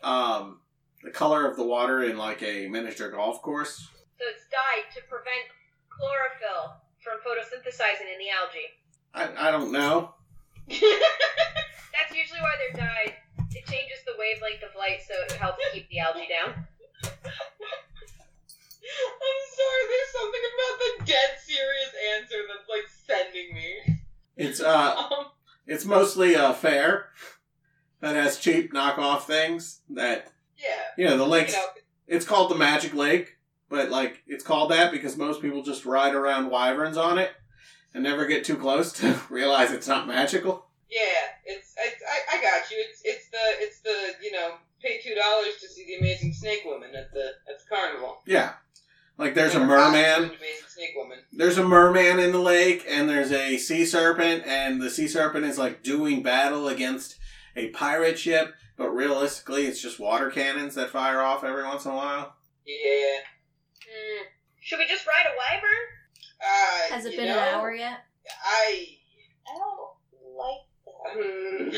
A: um, the color of the water in like a miniature golf course.
D: So it's dyed to prevent chlorophyll from photosynthesizing in the algae.
A: I, I don't know.
D: That's usually why they're dyed. It changes the wavelength of light so it helps keep the algae down.
B: I'm sorry, there's something about the dead serious answer that's like sending me.
A: It's uh,
B: Um,
A: it's mostly a fair that has cheap knockoff things that
B: yeah.
A: you know the
B: You
A: lakes.
B: know,
A: It's called the Magic Lake, but like it's called that because most people just ride around wyverns on it and never get too close to realize it's not magical.
B: yeah, it's, it's I, I got you. It's it's the it's the you know pay two dollars to see the Amazing Snake Woman at the at the carnival.
A: Yeah. Like there's a
B: Never got to
A: merman,
B: the Amazing Snake Woman.
A: there's a merman in the lake and there's a sea serpent and the sea serpent is like doing battle against a pirate ship, but realistically it's just water cannons that fire off every once in a while.
B: Yeah.
D: Hmm. Should we just ride a wyvern?
B: Uh,
C: Has it
B: you
C: been
B: know,
C: an hour yet?
B: I.
E: I don't like that.
B: Hmm.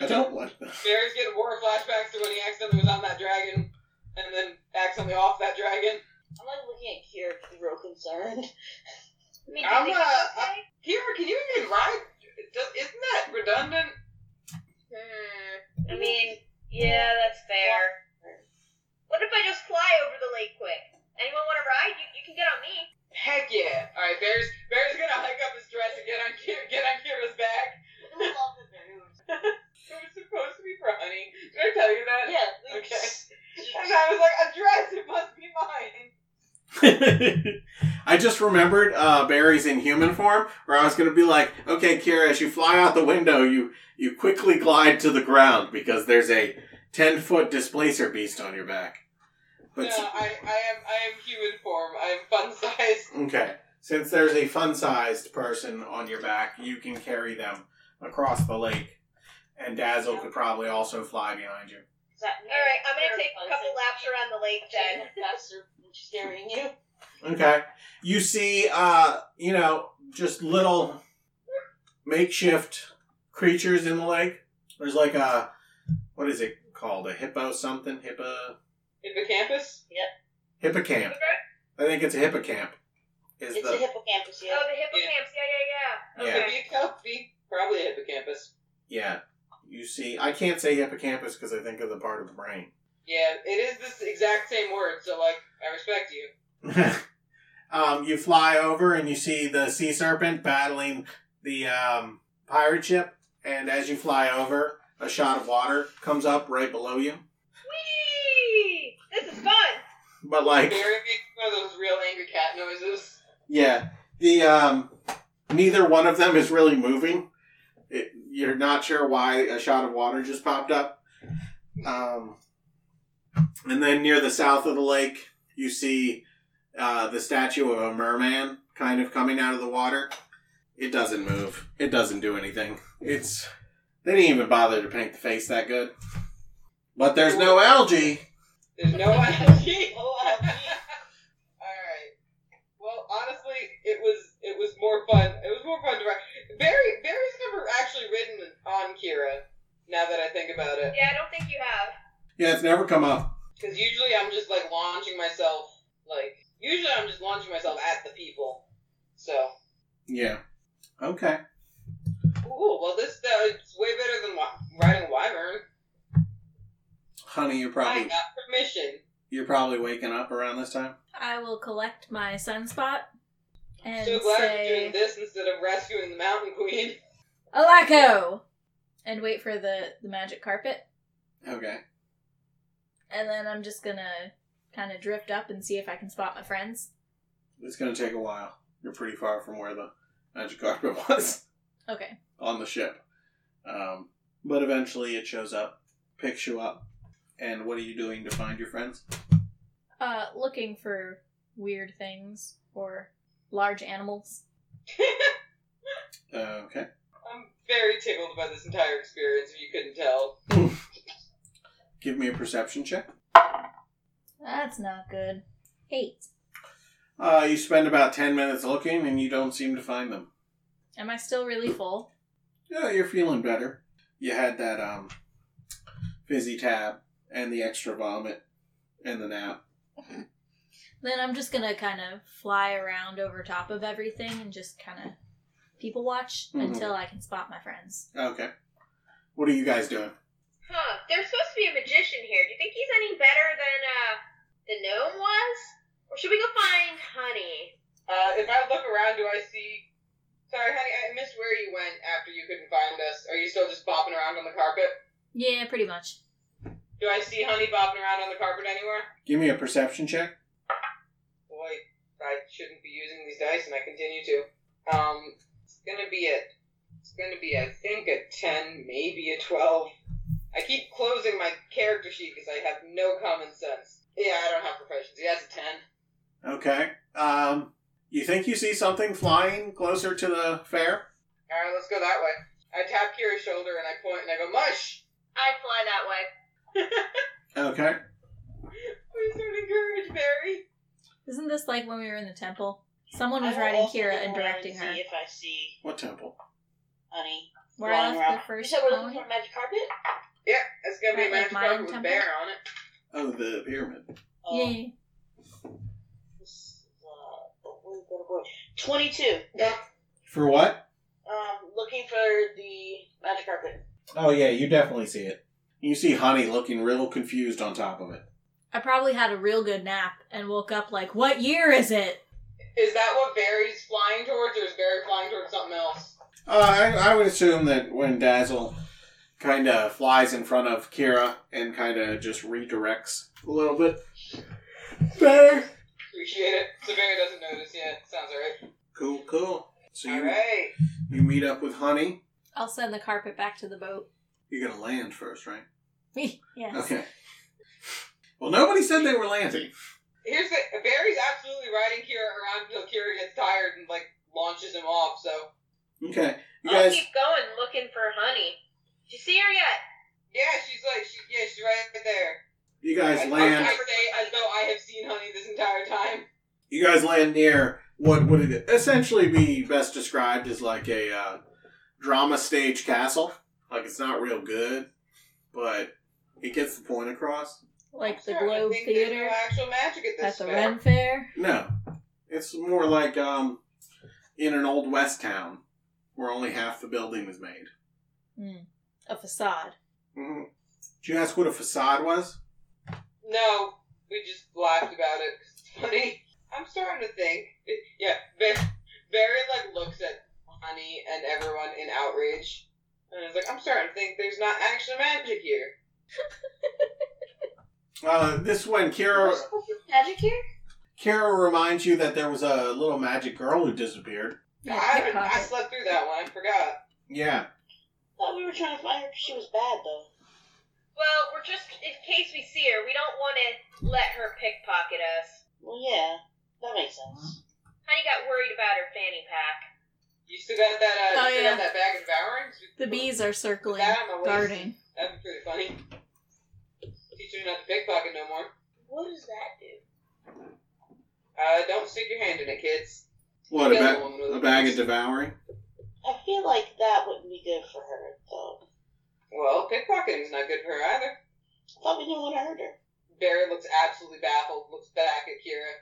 A: I don't like that.
B: Barry's getting horror flashbacks to when he accidentally was on that dragon, and then accidentally off that dragon.
E: I'm like looking at Kira real concerned.
D: I mean, do
B: I'm,
D: you
B: uh,
D: think it's okay?
B: Kira, can you even ride? Does, isn't that redundant?
D: Hmm. I mean, yeah, that's fair. What if I just fly over the lake quick? Anyone want to ride? You, you can get on me.
B: Heck yeah! All right, Bear's Bear's gonna hike up his dress and get on Kira, get on Kira's back.
E: I love the balloons.
B: It was supposed to be for Honey. Did I tell you that?
E: Yeah. we-
B: Okay. And I was like, a dress. It must be mine.
A: I just remembered uh, Barry's in human form, where I was going to be like, "Okay, Kira, as you fly out the window, you you quickly glide to the ground because there's a ten foot displacer beast on your back." But
B: no, I, I am I am human form. I am fun size.
A: okay, since there's a fun sized person on your back, you can carry them across the lake, and Dazzle could probably also fly behind you.
E: Does that mean
D: All right, I'm gonna
E: Kira
D: take a
E: buzzes
D: couple
E: it?
D: laps around the lake then.
E: Faster than she's carrying you.
A: Okay. You see, uh, you know, just little makeshift creatures in the lake. There's like a, what is it called? A hippo something? Hippo,
B: Hippocampus.
A: hippocamp. I think it's a hippocamp. Is
E: It's a
A: the,
E: hippocampus, yeah.
D: Oh, the hippocamps. Yeah, yeah, yeah.
A: Yeah.
B: Could be a kelp, be probably a hippocampus.
A: yeah. You see, I can't say hippocampus because I think of the part of the brain.
B: Yeah, it is this exact same word. So like, I respect you.
A: um, you fly over and you see the sea serpent battling the um, pirate ship. And as you fly over, a shot of water comes up right below you.
D: Whee! This is fun.
A: But like,
B: Barry makes one of those real angry cat noises.
A: yeah, the um, neither one of them is really moving. It, you're not sure why a shot of water just popped up. Um, and then near the south of the lake, you see uh, the statue of a merman kind of coming out of the water. It doesn't move. It doesn't do anything. It's they didn't even bother to paint the face that good. But there's no algae.
B: There's no algae.
E: Oh, algae.
B: Alright. Well, honestly, it was it was more fun. It was more fun to ride. Barry Barry's never actually ridden on Kira. Now that I think about it,
D: Yeah, I don't think you have.
A: Yeah, it's never come up.
B: because usually I'm just like launching myself. Like usually I'm just launching myself at the people. So
A: Yeah. Okay.
B: ooh, well this uh, it's way better than wi- riding a wyvern.
A: Honey, you're
B: I
A: probably
B: got permission.
A: You're probably waking up around this time.
C: I will collect my sunspot and
B: so glad you're doing
C: say
B: this instead of rescuing the mountain queen.
C: Alaco, and wait for the the magic carpet,
A: Okay.
C: and then I'm just gonna kind of drift up and see if I can spot my friends.
A: It's gonna take a while. You're pretty far from where the magic carpet was
C: Okay,
A: on the ship. Um, but eventually it shows up, picks you up. And what are you doing to find your friends?
C: uh, looking for weird things or large animals.
A: Uh, Okay.
B: I'm very tickled by this entire experience, if you couldn't tell.
A: Give me a perception check.
C: That's not good. Eight.
A: Uh, you spend about 10 minutes looking and you don't seem to find them.
C: Am I still really full?
A: Yeah, you're feeling better. You had that um, fizzy tab and the extra vomit and the nap.
C: Then I'm just gonna kind of fly around over top of everything and just kind of people watch
A: Mhm.
C: until I can spot my friends.
A: Okay. What are you guys doing?
D: Huh? There's supposed to be a magician here. Do you think he's any better than uh the gnome was? Or should we go find Honey?
B: Uh, if I look around, do I see. Sorry, honey, I missed where you went after you couldn't find us. Are you still just bopping around on the carpet?
C: Yeah, pretty much.
B: Do I see honey bopping around on the carpet anywhere?
A: Give me a perception check.
B: Boy, I shouldn't be using these dice, and I continue to. Um, it's gonna be a, it's gonna be I think a ten, maybe a twelve. I keep closing my character sheet because I have no common sense. Yeah, I don't have proficiency. That's a ten.
A: Okay. Um, you think you see something flying closer to the fair?
B: All right, let's go that way. I tap Kira's shoulder and I point and I go mush.
D: I fly that way.
A: Okay.
B: Please don't encourage Barry.
C: Isn't this like when we were in the temple? Someone was
E: I will
C: riding
E: also
C: Kira
E: look
C: and
E: around
C: directing her.
E: See if I see
A: What temple?
E: honey.
C: Where I
E: lying
C: left the
E: around.
C: first
E: You said we're looking
C: colony.
E: for a magic carpet.
B: Yeah, it's gonna be a
C: Right,
B: magic
C: like
B: carpet
C: Mayan
B: with
C: temple?
B: bear on it.
A: Oh, the pyramid.
E: Oh,
C: Yeah, yeah.
E: this is, uh, oh, what a boy. Twenty-two.
A: For what?
E: Um, looking for the magic carpet.
A: Oh, yeah, you definitely see it. You see Honey looking real confused on top of it.
C: I probably had a real good nap and woke up like, what year is it?
B: Is that what Barry's flying towards, or is Barry flying towards something else?
A: Uh, I, I would assume that when Dazzle kind of flies in front of Kira and kind of just redirects a little bit. Fair.
B: Appreciate it. So Barry doesn't notice yet. Sounds alright.
A: Cool, cool. So you,
B: Alright.
A: you meet up with Honey.
C: I'll send the carpet back to the boat.
A: You're going to land first, right?
C: yes.
A: Okay. Well, nobody said they were landing.
B: Here's the Barry's absolutely riding Kira around until Kira gets tired and like launches him off. So
A: Okay. You
D: I'll
A: guys.
D: keep going looking for Honey. Did you see her yet?
B: yeah, she's like she yeah she's right there.
A: You guys
B: I,
A: land.
B: I, I say as though I have seen Honey this entire time.
A: you guys land near what would it essentially be best described as like a uh, drama stage castle. Like it's not real good, but it gets the point across.
C: Like the
B: Sure, I
C: Globe
B: think there's
C: Theater
B: No actual magic at
C: at
B: this
C: the
B: fair.
C: Ren Fair.
A: No, it's more like um, in an old west town where only half the building is made.
C: Hmm. A facade.
A: Mm-hmm. Did you ask what a facade was?
B: No, we just laughed about it. It's funny. I'm starting to think. Yeah, Barry, Barry like looks at Honey and everyone in outrage, and is like, I'm starting to think there's not actual magic here.
A: Uh, this one, Kira.
D: Magic here?
A: Kira reminds you that there was a little magic girl who disappeared.
C: Yeah,
B: I, haven't- I
C: pickpocket.
B: slept through that one. I forgot.
A: Yeah.
E: Thought we were trying to find her because she was bad though.
D: Well, we're just in case we see her, we don't want to let her pickpocket us.
E: Well, yeah, that makes sense.
D: Honey got worried about her fanny pack.
B: You still got that? Uh,
C: Oh,
B: you still
C: yeah.
B: got that bag of Valorant?
C: The bees are circling,
B: That on my waist.
C: guarding.
B: That'd be pretty funny. Teach her not to pickpocket no more.
E: What does that do?
B: Uh, don't stick your hand in it, kids.
A: What a,
B: Kill
A: ba-
B: woman with
A: a bag of devouring.
E: I feel like that wouldn't be good for her though.
B: Well, pickpocketing's not good for her either.
E: I thought we didn't want to hurt her.
B: Barry looks absolutely baffled. Looks back at Kira.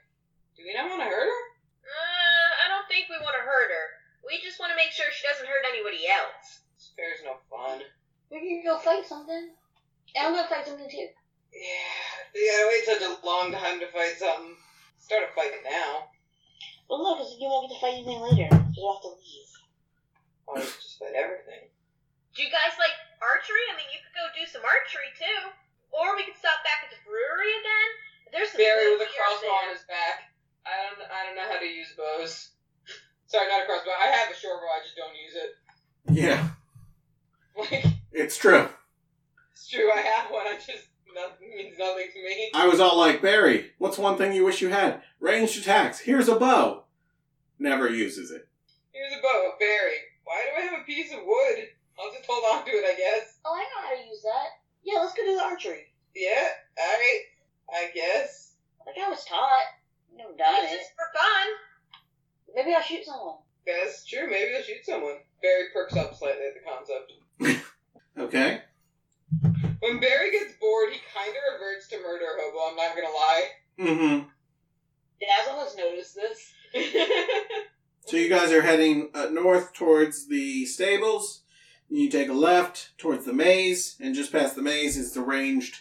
B: Do we not want to hurt her?
D: Uh, I don't think we want to hurt her. We just want to make sure she doesn't hurt anybody else.
B: This fair's no fun.
F: We can go fight something. I'm gonna fight something too.
B: Yeah, they gotta wait such a long time to fight something. Start a fight now.
E: Well, no, because you won't get to fight anything later. 'cause You'll have to leave.
B: Or just fight everything.
D: Do you guys like archery? I mean, you could go do some archery too. Or we could stop back at the brewery again. There's some
B: Barry
D: good
B: with a
D: beers
B: crossbow
D: there.
B: on his back. I don't. I don't know how to use bows. Sorry, not a crossbow. I have a short bow. I just don't use it.
A: Yeah,
B: Like
A: it's true.
B: it's true. I have one. I just nothing means nothing to me.
A: I was all like, Barry, what's one thing you wish you had? Ranged attacks. Here's a bow. Never uses it.
B: Here's a bow, a berry. Why do I have a piece of wood? I'll just hold on to it, I guess.
G: Oh, I know how to use that.
E: Yeah, let's go do the archery.
B: Yeah, alright. I guess.
G: Like I was taught.
E: Never done
D: It's
E: it.
D: just for fun.
E: Maybe I'll shoot someone.
B: That's true. Maybe they'll shoot someone. Barry perks up slightly at the concept.
A: Okay.
B: When Barry gets bored, he kind of reverts to murder hobo, I'm not gonna lie.
A: Mm-hmm.
B: Dazzle has noticed this.
A: So you guys are heading uh, north towards the stables. You take a left towards the maze, and just past the maze is the ranged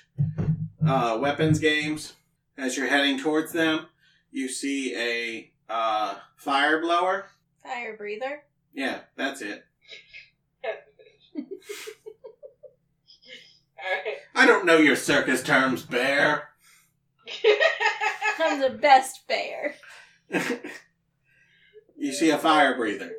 A: uh, weapons games. As you're heading towards them, you see a uh, fire blower.
C: Fire breather.
A: Yeah, that's it.
B: Alright.
A: I don't know your circus terms, bear.
C: I'm the best bear.
A: you see a fire breather.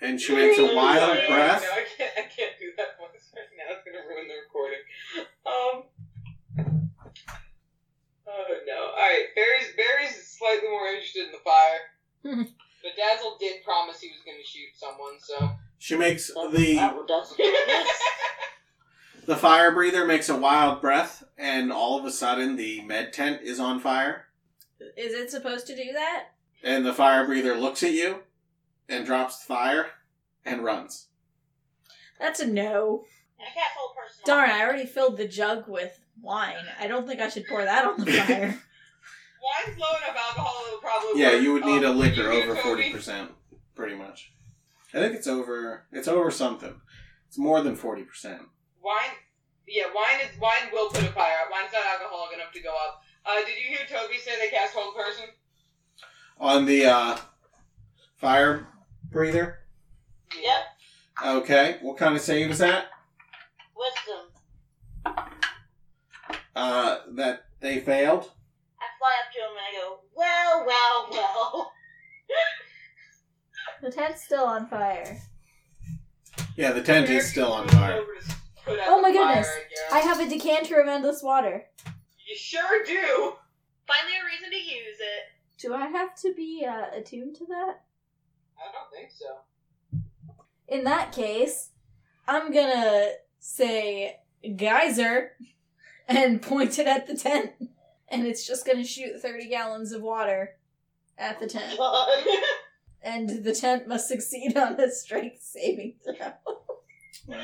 A: And she makes a wild breath.
B: No, I can't. I can't do that voice right now. It's gonna ruin the recording. Um. Oh no! All right, Barry's Barry's slightly more interested in the fire, but Dazzle did promise he was gonna shoot someone. So
A: She makes
E: That-
A: the
E: that will does it.
A: the fire breather makes a wild breath, and all of a sudden the med tent is on fire.
C: Is it supposed to do that?
A: And the fire breather looks at you, and drops the fire, and runs.
C: That's a no.
E: I can't full person.
C: Darn, I already filled the jug with wine. I don't think I should pour that on the fire.
B: wine's low enough alcohol it'll probably
A: Yeah,
B: work.
A: you would need a
B: Um,
A: liquor
B: you
A: over
B: Toby?
A: forty percent, pretty much. I think it's over. It's over something. It's more than forty percent.
B: Wine, yeah, wine is wine will put a fire out. Wine's not alcoholic enough to go up. Uh, did you hear Toby say they cast hold person?
A: on the uh, fire breather.
E: Yep.
A: Okay, what kind of save is that?
E: Wisdom.
A: Uh, that they failed.
E: I fly up to him and I go, well, well, well.
C: the tent's still on fire.
A: Yeah, the tent is still on fire.
C: Oh my goodness. I have a decanter of endless water.
B: you sure do.
D: Finally, a reason to use it.
C: Do I have to be uh, attuned to that?
B: I don't think so.
C: In that case, I'm gonna say geyser and point it at the tent. And it's just gonna shoot 30 gallons of water at the tent. And the tent must succeed on a strength saving throw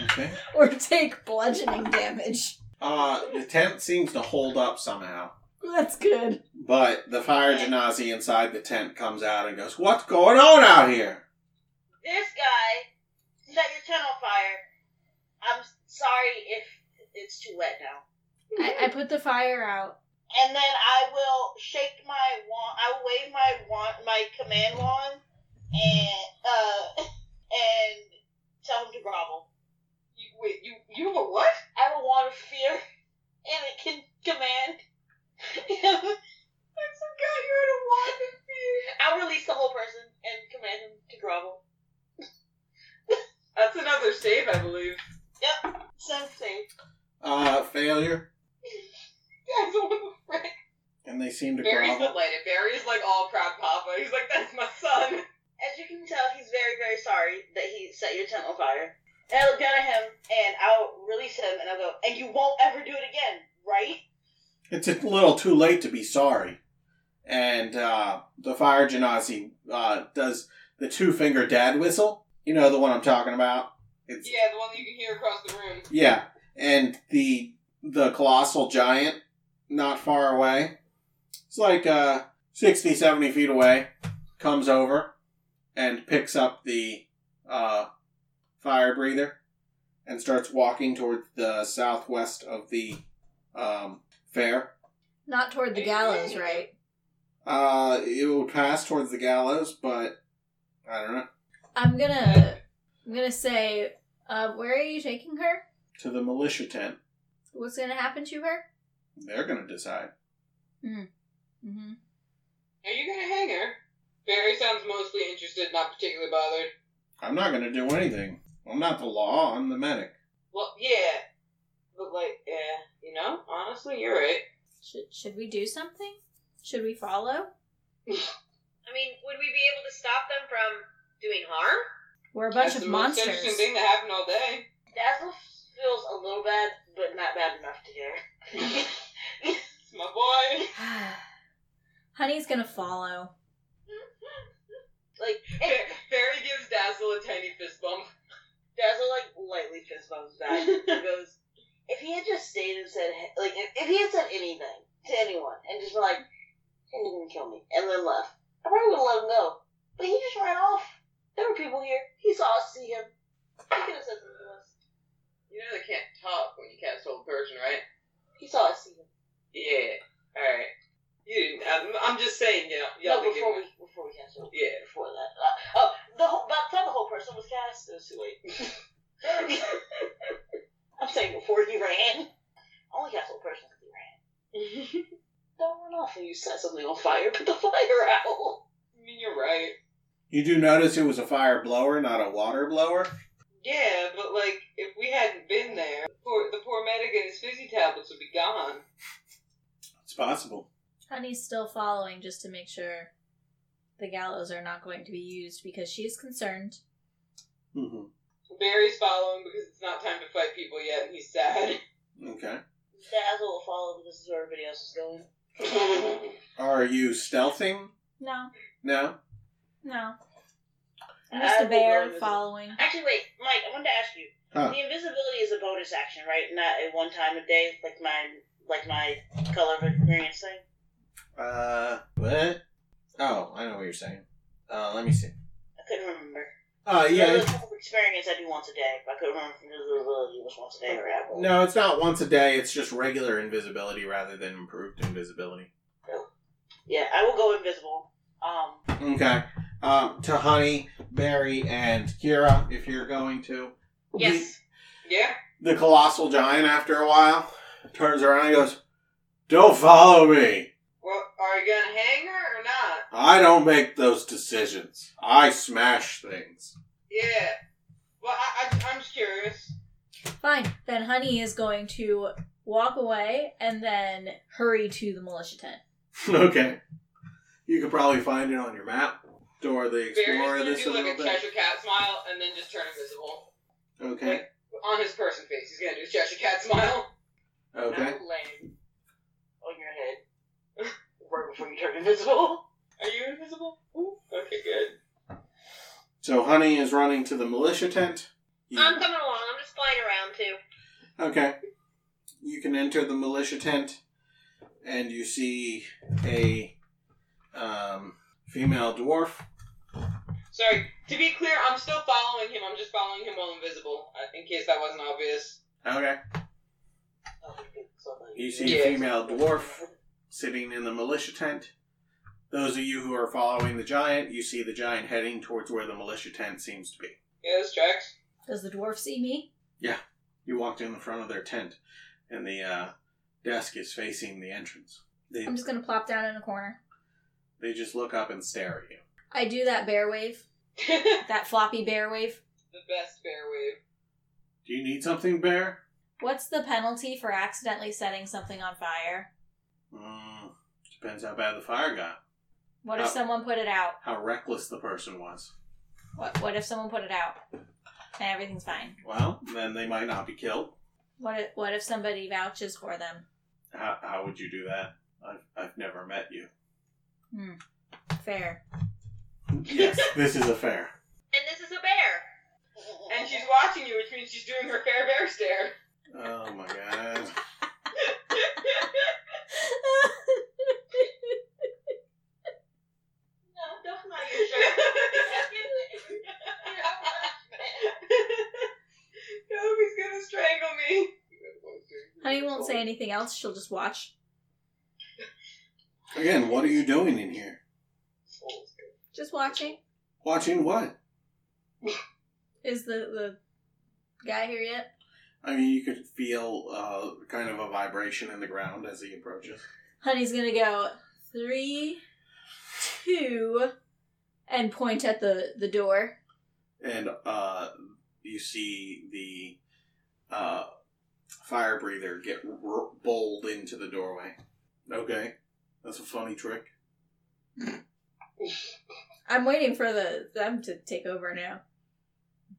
A: Okay.
C: or take bludgeoning damage.
A: Uh, the tent seems to hold up somehow,
C: That's good.
A: but the fire genasi inside the tent comes out and goes, "What's going on out here?"
E: this guy set your tent on fire. I'm sorry if it's too wet now.
H: I, I put the fire out.
E: And then I will shake my wand. I will wave my wand, my command wand, and uh, and tell him to grovel.
B: You, wait, you you have a what?
E: I have a wand of fear, and it can command.
B: I forgot you had a wand of fear.
E: I'll release the whole person and command him to grovel.
B: That's another save, I believe.
E: Sensei.
A: Uh, failure,
B: Guys, what the frick?
A: and they seem to
B: Barry's
A: grovel.
B: delighted. Barry's like all proud papa. He's like, that's my son.
E: As you can tell, he's very, very sorry that he set your tent on fire. And I look down at him, and I'll release him, and I'll go, and you won't ever do it again, right?
A: It's a little too late to be sorry. And uh, the fire genasi uh, does the two finger dad whistle. You know the one I'm talking about. It's yeah.
B: Yeah, the one that you can hear across the room.
A: And the the colossal giant not far away. It's like uh, 60, 70 feet away. Comes over and picks up the uh, fire breather and starts walking towards the southwest of the um, fair.
C: Not toward the gallows, right?
A: Uh, it will pass towards the gallows, but I don't know.
C: I'm gonna I'm gonna say, uh, where are you taking her?
A: To the militia tent,
C: What's gonna happen to her?
A: they're gonna decide.
C: Mm-hmm.
B: Are you gonna hang her? Barry sounds mostly interested, not particularly bothered.
A: I'm not gonna do anything. I'm not the law. I'm the medic.
B: Well, yeah, but like, yeah, you know, honestly, you're right.
C: Should, should we do something? Should we follow?
D: I mean, would we be able to stop them from doing harm?
C: We're a bunch
B: That's
C: of
B: the most
C: monsters.
B: interesting thing that happened all day.
E: Dazzle feels a little bad, but not bad enough to care.
B: It's my boy.
C: Honey's gonna follow.
B: Fa- Fairy gives Dazzle a tiny fist bump.
E: Dazzle like lightly fist bumps back and goes, "If he had just stayed and said he- like if if he had said anything to anyone and just been like, hey, you didn't kill me,' and then left, I probably would have let him go. But he just ran off. There were people here. He saw us see him. He could have said something to us.
B: You know they can't talk when you cast Old Person, right?
E: He saw us see him.
B: Yeah. All right. You didn't. I'm, I'm just saying, y'all. y'all
E: No,
B: didn't give
E: before
B: me-
E: we before we cast over.
B: Yeah.
E: Before that, uh, oh, the whole, by the time the whole person was cast, it was too late. I'm saying before he ran. Only cast whole person because he ran. Don't run off when you set something on fire. Put the fire out.
B: I mean, you're right.
A: You do notice it was a fire blower, not a water blower.
B: Yeah, but like, if we hadn't been there, the poor, the poor medic and his fizzy tablets would be gone.
A: It's possible.
C: Honey's still following just to make sure the gallows are not going to be used because she's concerned.
A: Mm-hmm.
B: Barry's following because it's not time to fight people yet, and he's sad.
A: Okay.
E: Dazzle will follow because this is where everybody else is going.
A: Are you stealthing?
C: No,
A: No.
C: no. I'm
E: I
C: just a
E: will go
C: bear
E: with it.
C: following.
E: Actually, wait, Mike. I wanted to ask you.
A: Huh.
E: The invisibility is a bonus action, right? Not a one time a day, like my like my color of experience thing.
A: Uh, what? Oh, I know what you're saying. Uh, let me see.
E: I couldn't remember.
A: Uh, yeah.
E: The
A: it's-
E: color of experience I do once a day. but I couldn't remember if invisibility was once a day or apple.
A: No, it's not once a day. It's just regular invisibility rather than improved invisibility.
E: Yeah, I will go invisible. Um,
A: Okay. Um, to Honey, Barry, and Kira, if you're going to.
D: Yes.
B: yeah.
A: The colossal giant, after a while, turns around and goes, "Don't follow me."
B: Well, are you gonna hang her or not?
A: I don't make those decisions. I smash things.
B: Yeah. Well, I, I, I'm just curious.
C: Fine. Then Honey is going to walk away and then hurry to the militia tent.
A: okay. You could probably find it on your map or the
B: Barry's
A: explorer
B: gonna
A: this a
B: do like a
A: little bit.
B: Cheshire Cat smile and then just turn invisible
A: Okay.
B: on his person face. He's gonna do a Cheshire Cat smile.
A: Okay.
E: not laying on your head right before you turn invisible.
B: Are you invisible? Ooh, okay, good.
A: So Honey is running to the militia tent. You-
D: I'm coming along. I'm just flying around too.
A: Okay. You can enter the militia tent, and you see a um, female dwarf.
B: Sorry. To be clear, I'm still following him. I'm just following him while invisible, uh, in case that wasn't obvious.
A: Okay.
E: Oh, okay, so then-
A: You see
B: Yeah.
A: a female dwarf sitting in the militia tent. Those of you who are following the giant, you see the giant heading towards where the militia tent seems to be.
B: Yeah, this tracks.
C: Does the dwarf see me?
A: You walked in the front of their tent, and the uh, desk is facing the entrance. They,
C: I'm just gonna plop down in a corner.
A: they just look up and stare at you.
C: I do that bear wave,
B: the
C: that floppy bear wave.
B: best bear wave.
A: Do you need something, Bear?
C: What's the penalty for accidentally setting something on fire?
A: Mm, depends how bad the fire got,
C: What if
A: Oh.
C: someone put it out?
A: how reckless the person was.
C: What What if someone put it out? And everything's fine.
A: Well, then they might not be killed.
C: What if, What if somebody vouches for them?
A: How, how would you do that? I've, I've never met you.
C: Fair.
A: Yes, this is a fair.
D: And this is a bear.
B: And she's watching you, which means she's doing her fair bear stare.
A: Oh my god.
E: No, that's not your shirt.
B: Kobe's gonna strangle me.
C: Honey won't say anything else. She'll just watch.
A: Again, what are you doing in here?
C: Just watching.
A: Watching what?
C: Is the the guy here yet?
A: I mean, you could feel uh, kind of a vibration in the ground as he approaches.
C: Honey's gonna go three, two, and point at the the door.
A: And uh, you see the uh, fire breather get r- rolled into the doorway. Okay. That's a funny trick.
C: I'm waiting for the them to take over now.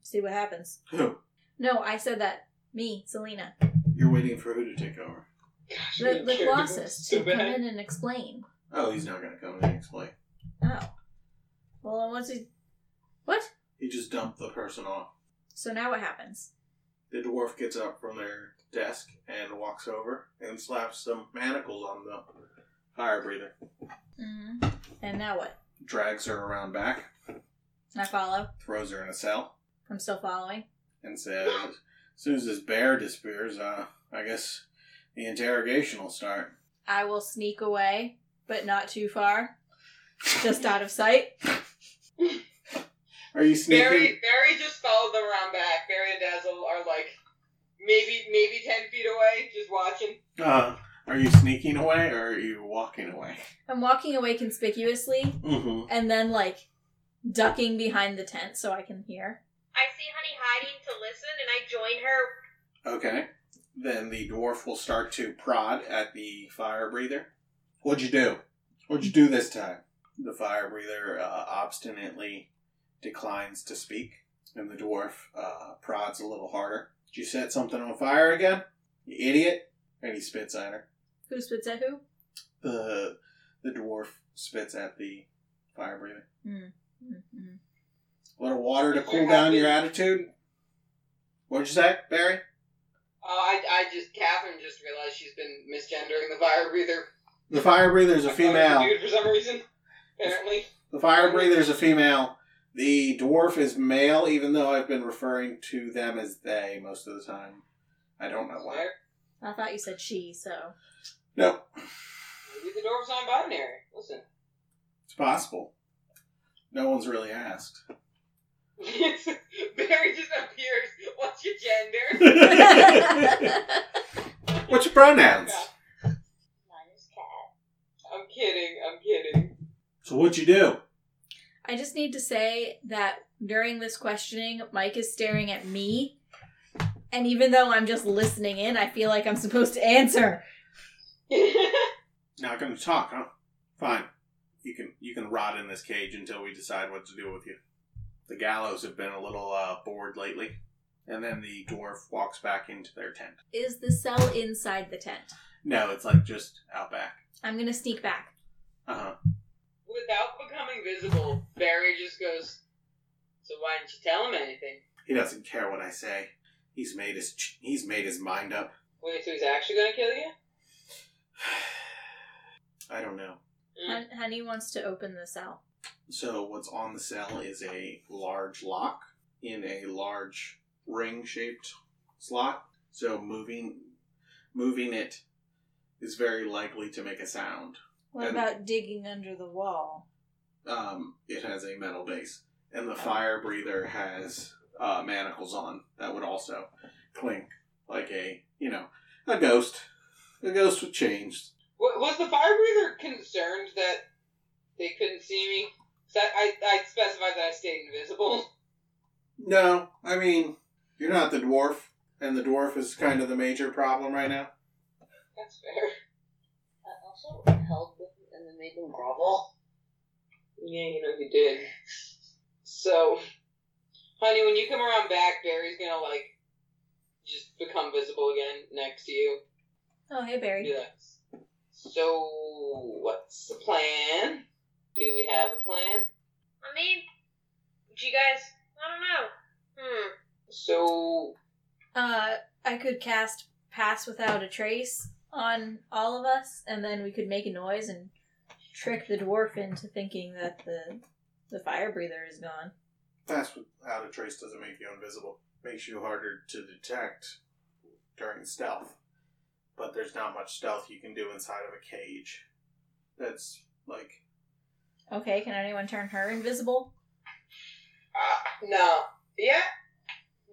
C: See what happens.
A: Who?
C: No, I said that. Me, Selena.
A: You're waiting for who to take over?
C: The, the Colossus to
B: Stupid.
C: come in and explain.
A: Oh, he's not going to come in and explain.
C: Oh. Well, once he. What?
A: He just dumped the person off.
C: So now what happens?
A: The dwarf gets up from their desk and walks over and slaps some manacles on the fire breather.
C: Mm-hmm. And now what?
A: Drags her around back,
C: I follow.
A: throws her in a cell,
C: I'm still following.
A: and says, As soon as this bear disappears, uh, I guess the interrogation will start.
C: I will sneak away, but not too far. Just out of sight.
A: Are you sneaking?
B: Barry, Barry just followed them around back. Barry and Dazzle are like maybe maybe ten feet away, just watching.
A: Uh, are you sneaking away or are you walking away?
C: I'm walking away conspicuously
A: Mm-hmm.
C: and then, like, ducking behind the tent so I can hear.
D: I see Honey hiding to listen, and I join her.
A: Okay. Then the dwarf will start to prod at the fire breather. What'd you do? What'd you do this time? The fire breather uh, obstinately declines to speak, and the dwarf uh, prods a little harder. Did you set something on fire again? You idiot! And he spits at her.
C: Who spits at who?
A: The the dwarf spits at the fire breather.
C: Mm-hmm.
A: A little water to cool down your attitude. What'd you say, Barry?
B: Uh, I I just Catherine just realized she's been misgendering the fire breather.
A: The fire breather's a female.
B: Dude, for some reason, apparently.
A: The fire breather's a female. The dwarf is male, even though I've been referring to them as they most of the time. I don't know why.
C: I thought you said she, so.
A: No,
B: Maybe the dwarf's non-binary. Listen,
A: it's possible. No one's really asked.
B: it's, Barry just appears. What's your gender?
A: What's your pronouns?
D: Mine is Cat.
B: I'm kidding. I'm kidding.
A: So what'd you do?
C: I just need to say that during this questioning, Mike is staring at me. And even though I'm just listening in, I feel like I'm supposed to answer.
A: Not gonna talk, huh? Fine. You can you can rot in this cage until we decide what to do with you. The gallows have been a little uh, bored lately. And then the dwarf walks back into their tent.
C: Is the cell inside the tent?
A: No, it's like just out back.
C: I'm gonna sneak back.
A: Uh huh.
B: Without becoming visible, Barry just goes. So why didn't you tell him anything?
A: He doesn't care what I say. He's made his ch- he's made his mind up.
B: Wait, so he's actually gonna kill you?
A: I don't know.
C: Hun- Honey wants to open the cell.
A: So what's on the cell is a large lock in a large ring-shaped slot. So moving moving it is very likely to make a sound.
C: What
A: And-
C: about digging under the wall?
A: Um, it has a metal base, and the fire breather has uh, manacles on that would also clink like a you know a ghost, a ghost with chains.
B: Wa- Was the fire breather concerned that they couldn't see me? 'Cause I, I, I specified that I stayed invisible.
A: No, I mean you're not the dwarf, and the dwarf is kind of the major problem right now.
B: That's fair.
I: I also held them and then made them grovel.
B: Yeah, you know you did. So, honey, when you come around back, Barry's gonna like just become visible again next to you.
C: Oh, hey, Barry.
B: Be like, so what's the plan? Do we have a plan?
D: I mean, do you guys? I don't know. Hmm.
B: So
C: Uh, I could cast Pass Without a Trace on all of us, and then we could make a noise and trick the dwarf into thinking that the the fire breather is gone.
A: That's how the trace doesn't make you invisible. Makes you harder to detect during stealth. But there's not much stealth you can do inside of a cage. That's like
C: Okay, can anyone turn her invisible?
B: uh, no, yeah,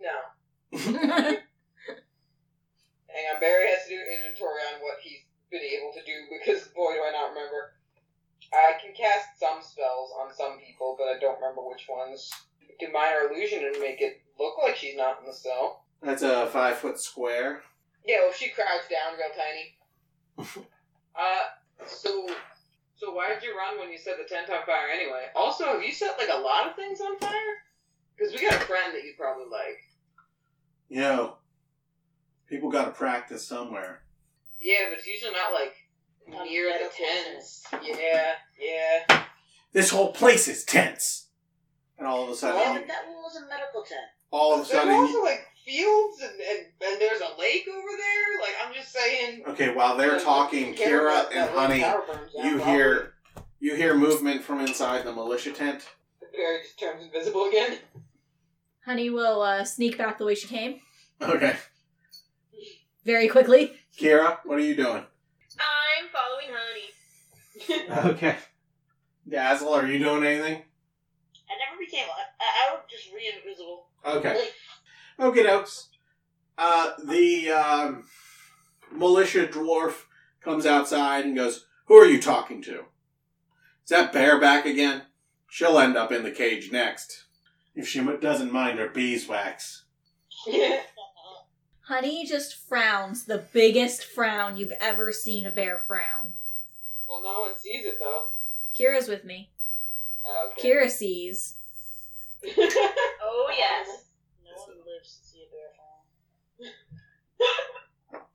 B: no. Hang on, Barry has to do inventory on what he's been able to do because boy, do I not remember. I can cast some spells on some people, but I don't remember which ones. Do minor illusion and make it look like she's not in the cell.
A: that's a five foot square.
B: Yeah, well, if she crowds down real tiny. uh, So, so why did you run when you set the tent on fire anyway? Also, have you set like a lot of things on fire? Because we got a friend that you probably like.
A: You know, people got to practice somewhere.
B: Yeah, but it's usually not like
E: Um,
B: near the
E: better
B: tent.
E: places.
B: Yeah, yeah.
A: This whole place is tense. And all of a
E: Yeah,
A: sudden,
E: but that one was a medical tent.
A: all of a
B: There's
A: sudden,
B: also like fields and, and and there's a lake over there. Like I'm just saying.
A: okay. While they're
B: like,
A: talking,
B: be careful
A: Kira
B: that
A: and
B: lake
A: Honey,
B: power burns down,
A: you
B: probably.
A: hear you hear movement from inside the militia tent.
B: Barry just turns invisible again.
C: Honey will uh, sneak back the way she came
A: Okay,
C: very quickly.
A: Kira, what are you doing?
D: I'm following Honey.
A: Okay, Dazzle, are you doing anything?
E: I never became. I, I I was just re invisible.
A: Okay. Okay, dokes. Uh, the um, militia dwarf comes outside and goes, Who are you talking to? Is that bear back again? She'll end up in the cage next. If she m- doesn't mind her beeswax.
B: Yeah.
C: Honey just frowns the biggest frown you've ever seen a bear frown.
B: Well, no one sees it though.
C: Kira's with me.
B: Oh, okay.
C: Kira sees.
D: Oh yes.
E: No one lives to see a bear fall.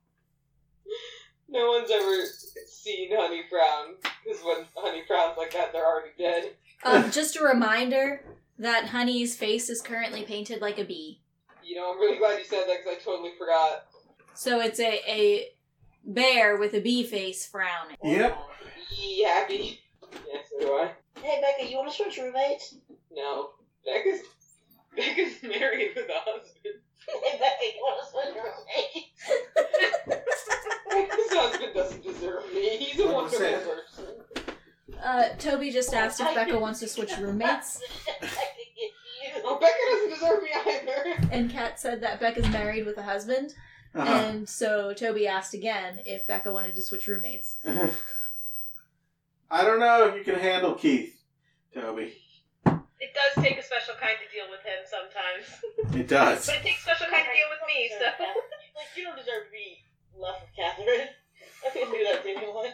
B: no one's ever seen Honey Brown because when Honey Brown's like that, they're already dead.
C: Um, just a reminder that Honey's face is currently painted like a bee.
B: You know, I'm really glad you said that because I totally forgot.
C: So it's a, a bear with a bee face frowning.
A: Yep.
B: Yee happy. Yeah, so do I.
E: Hey, Becca, you want to switch roommates?
B: No. Becca's, Becca's married with a husband.
E: Hey, Becca, you want to switch roommates?
B: Becca's husband doesn't deserve me. He's a
A: What was
B: wonderful
A: that?
B: person.
C: Uh, Toby just asked if Becca wants to switch roommates,
E: I could get you.
B: Oh, Becca doesn't deserve me either.
C: and Kat said that Becca's married with a husband,
A: Uh-huh.
C: and so Toby asked again if Becca wanted to switch roommates.
A: I don't know if you can handle Keith, Toby.
D: It does take a special kind to deal with him sometimes.
A: It does.
D: But it takes special kind to deal with me, so
E: Like, you don't deserve to be left with Catherine. I can do that to anyone.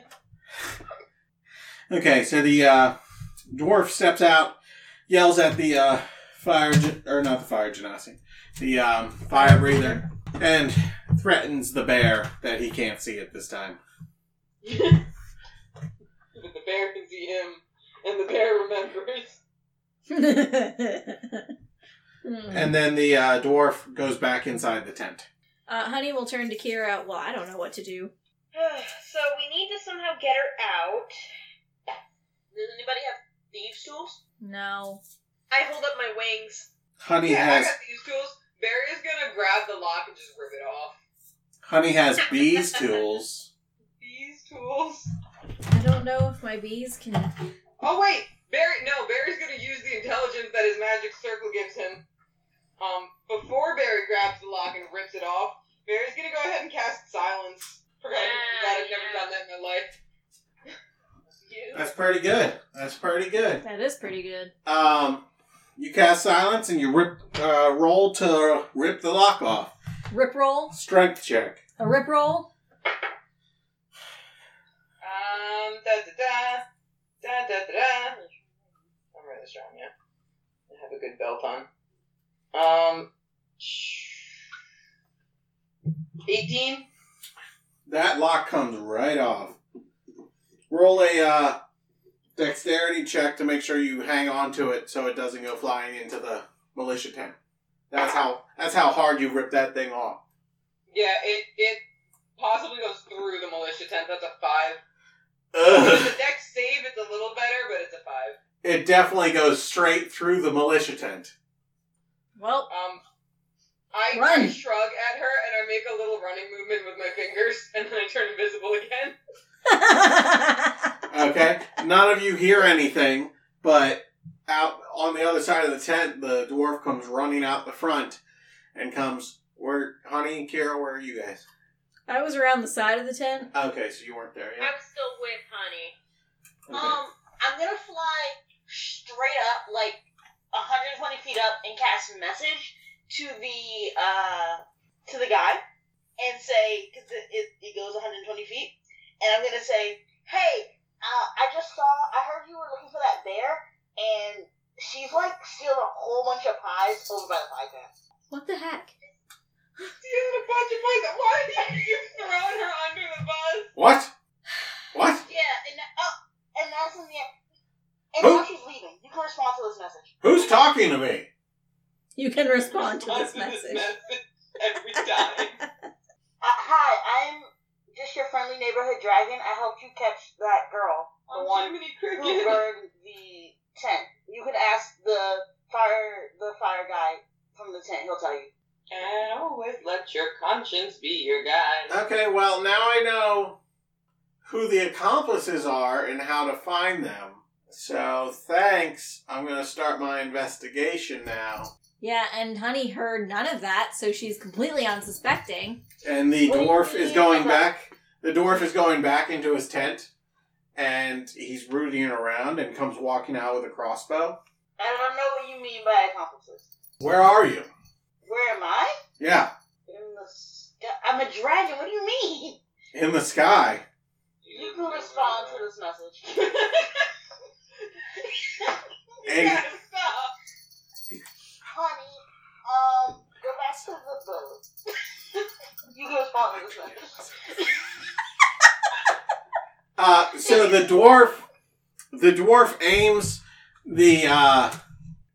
A: Okay, so the uh, dwarf steps out, yells at the uh, fire, ge- or not the fire genasi, the um, fire breather, and threatens the bear that he can't see at this time.
B: But the bear can see him, and the bear remembers.
C: Hmm.
A: And then the uh, dwarf goes back inside the tent.
C: Uh, Honey will turn to Kira. Well, I don't know what to do.
D: so we need to somehow get her out.
E: Does anybody have thieves' tools?
C: No.
D: I hold up my wings.
A: Honey
B: yeah,
A: has
B: I got these tools. Barry is gonna grab the lock and just rip it off.
A: honey has bees tools.
B: These tools.
C: I don't know if my bees can.
B: Oh wait, Barry. No, Barry's gonna use the intelligence that his magic circle gives him. Um, before Barry grabs the lock and rips it off, Barry's gonna go ahead and cast silence. Forgot
D: Ah,
B: that I've never
D: yeah.
B: done that in my life.
A: That's pretty good. That's pretty good.
C: That is pretty good.
A: Um, you cast silence and you rip uh, roll to rip the lock off.
C: Rip roll.
A: Strength check.
C: A rip roll.
B: Um, da da da, da da da da. I'm really strong, yeah. I have a good belt on. Um, eighteen.
A: That lock comes right off. Roll a uh, dexterity check to make sure you hang on to it so it doesn't go flying into the militia tent. That's how that's how hard you rip that thing off.
B: Yeah, it it possibly goes through the militia tent. That's a five. With
A: Ugh.
B: the deck save, it's a little better, but it's a five.
A: It definitely goes straight through the militia tent.
C: Well,
B: Um, I, I
C: Run.
B: shrug at her and I make a little running movement with my fingers, and then I turn invisible again.
A: Okay, none of you hear anything, but out on the other side of the tent, the dwarf comes running out the front and comes. Where, honey and Kira, where are you guys?
C: I was around the side of the tent.
A: Okay, so you weren't there yet.
D: I'm still with Honey.
A: Okay.
E: Um, I'm gonna fly straight up, like 120 feet up, and cast message to the uh to the guy, and say because it, it it goes 120 feet, and I'm gonna say, Hey, uh, I just saw, I heard you were looking for that bear, and she's like stealing a whole bunch of pies over by the pie stand.
J: What the heck?
B: Stealing a bunch of pies. Why are you throwing her under the bus?
A: What? What?
E: Yeah, and oh, and that's in the end. And
A: Who?
E: now she's leaving. You can respond to this message.
A: Who's talking to me?
C: You can respond to this
B: Respond to
C: message.
B: message every time.
E: Uh, hi, I'm just your friendly neighborhood dragon. I helped you catch that girl, the
B: On
E: one
B: Jiminy
E: who
B: Cricket.
E: burned the tent. You can ask the fire, the fire guy from the tent. He'll tell you.
B: And always let your conscience be your guide.
A: Okay, well, now I know who the accomplices are and how to find them. So, thanks. I'm going to start my investigation now.
C: Yeah, and Honey heard none of that, so she's completely unsuspecting.
A: And the
C: What do you
A: dwarf is
C: mean
A: going
C: about-
A: back. The dwarf is going back into his tent and he's rooting around and comes walking out with a crossbow.
E: I don't know what you mean by accomplices.
A: Where are you?
E: Where am I?
A: Yeah,
E: In the sky. I'm a dragon. What do you mean?
A: in the sky.
E: You can respond to this message.
A: And
E: Honey, um, go back to the boat. you can respond to this message.
A: Uh, so the dwarf, the dwarf aims the uh,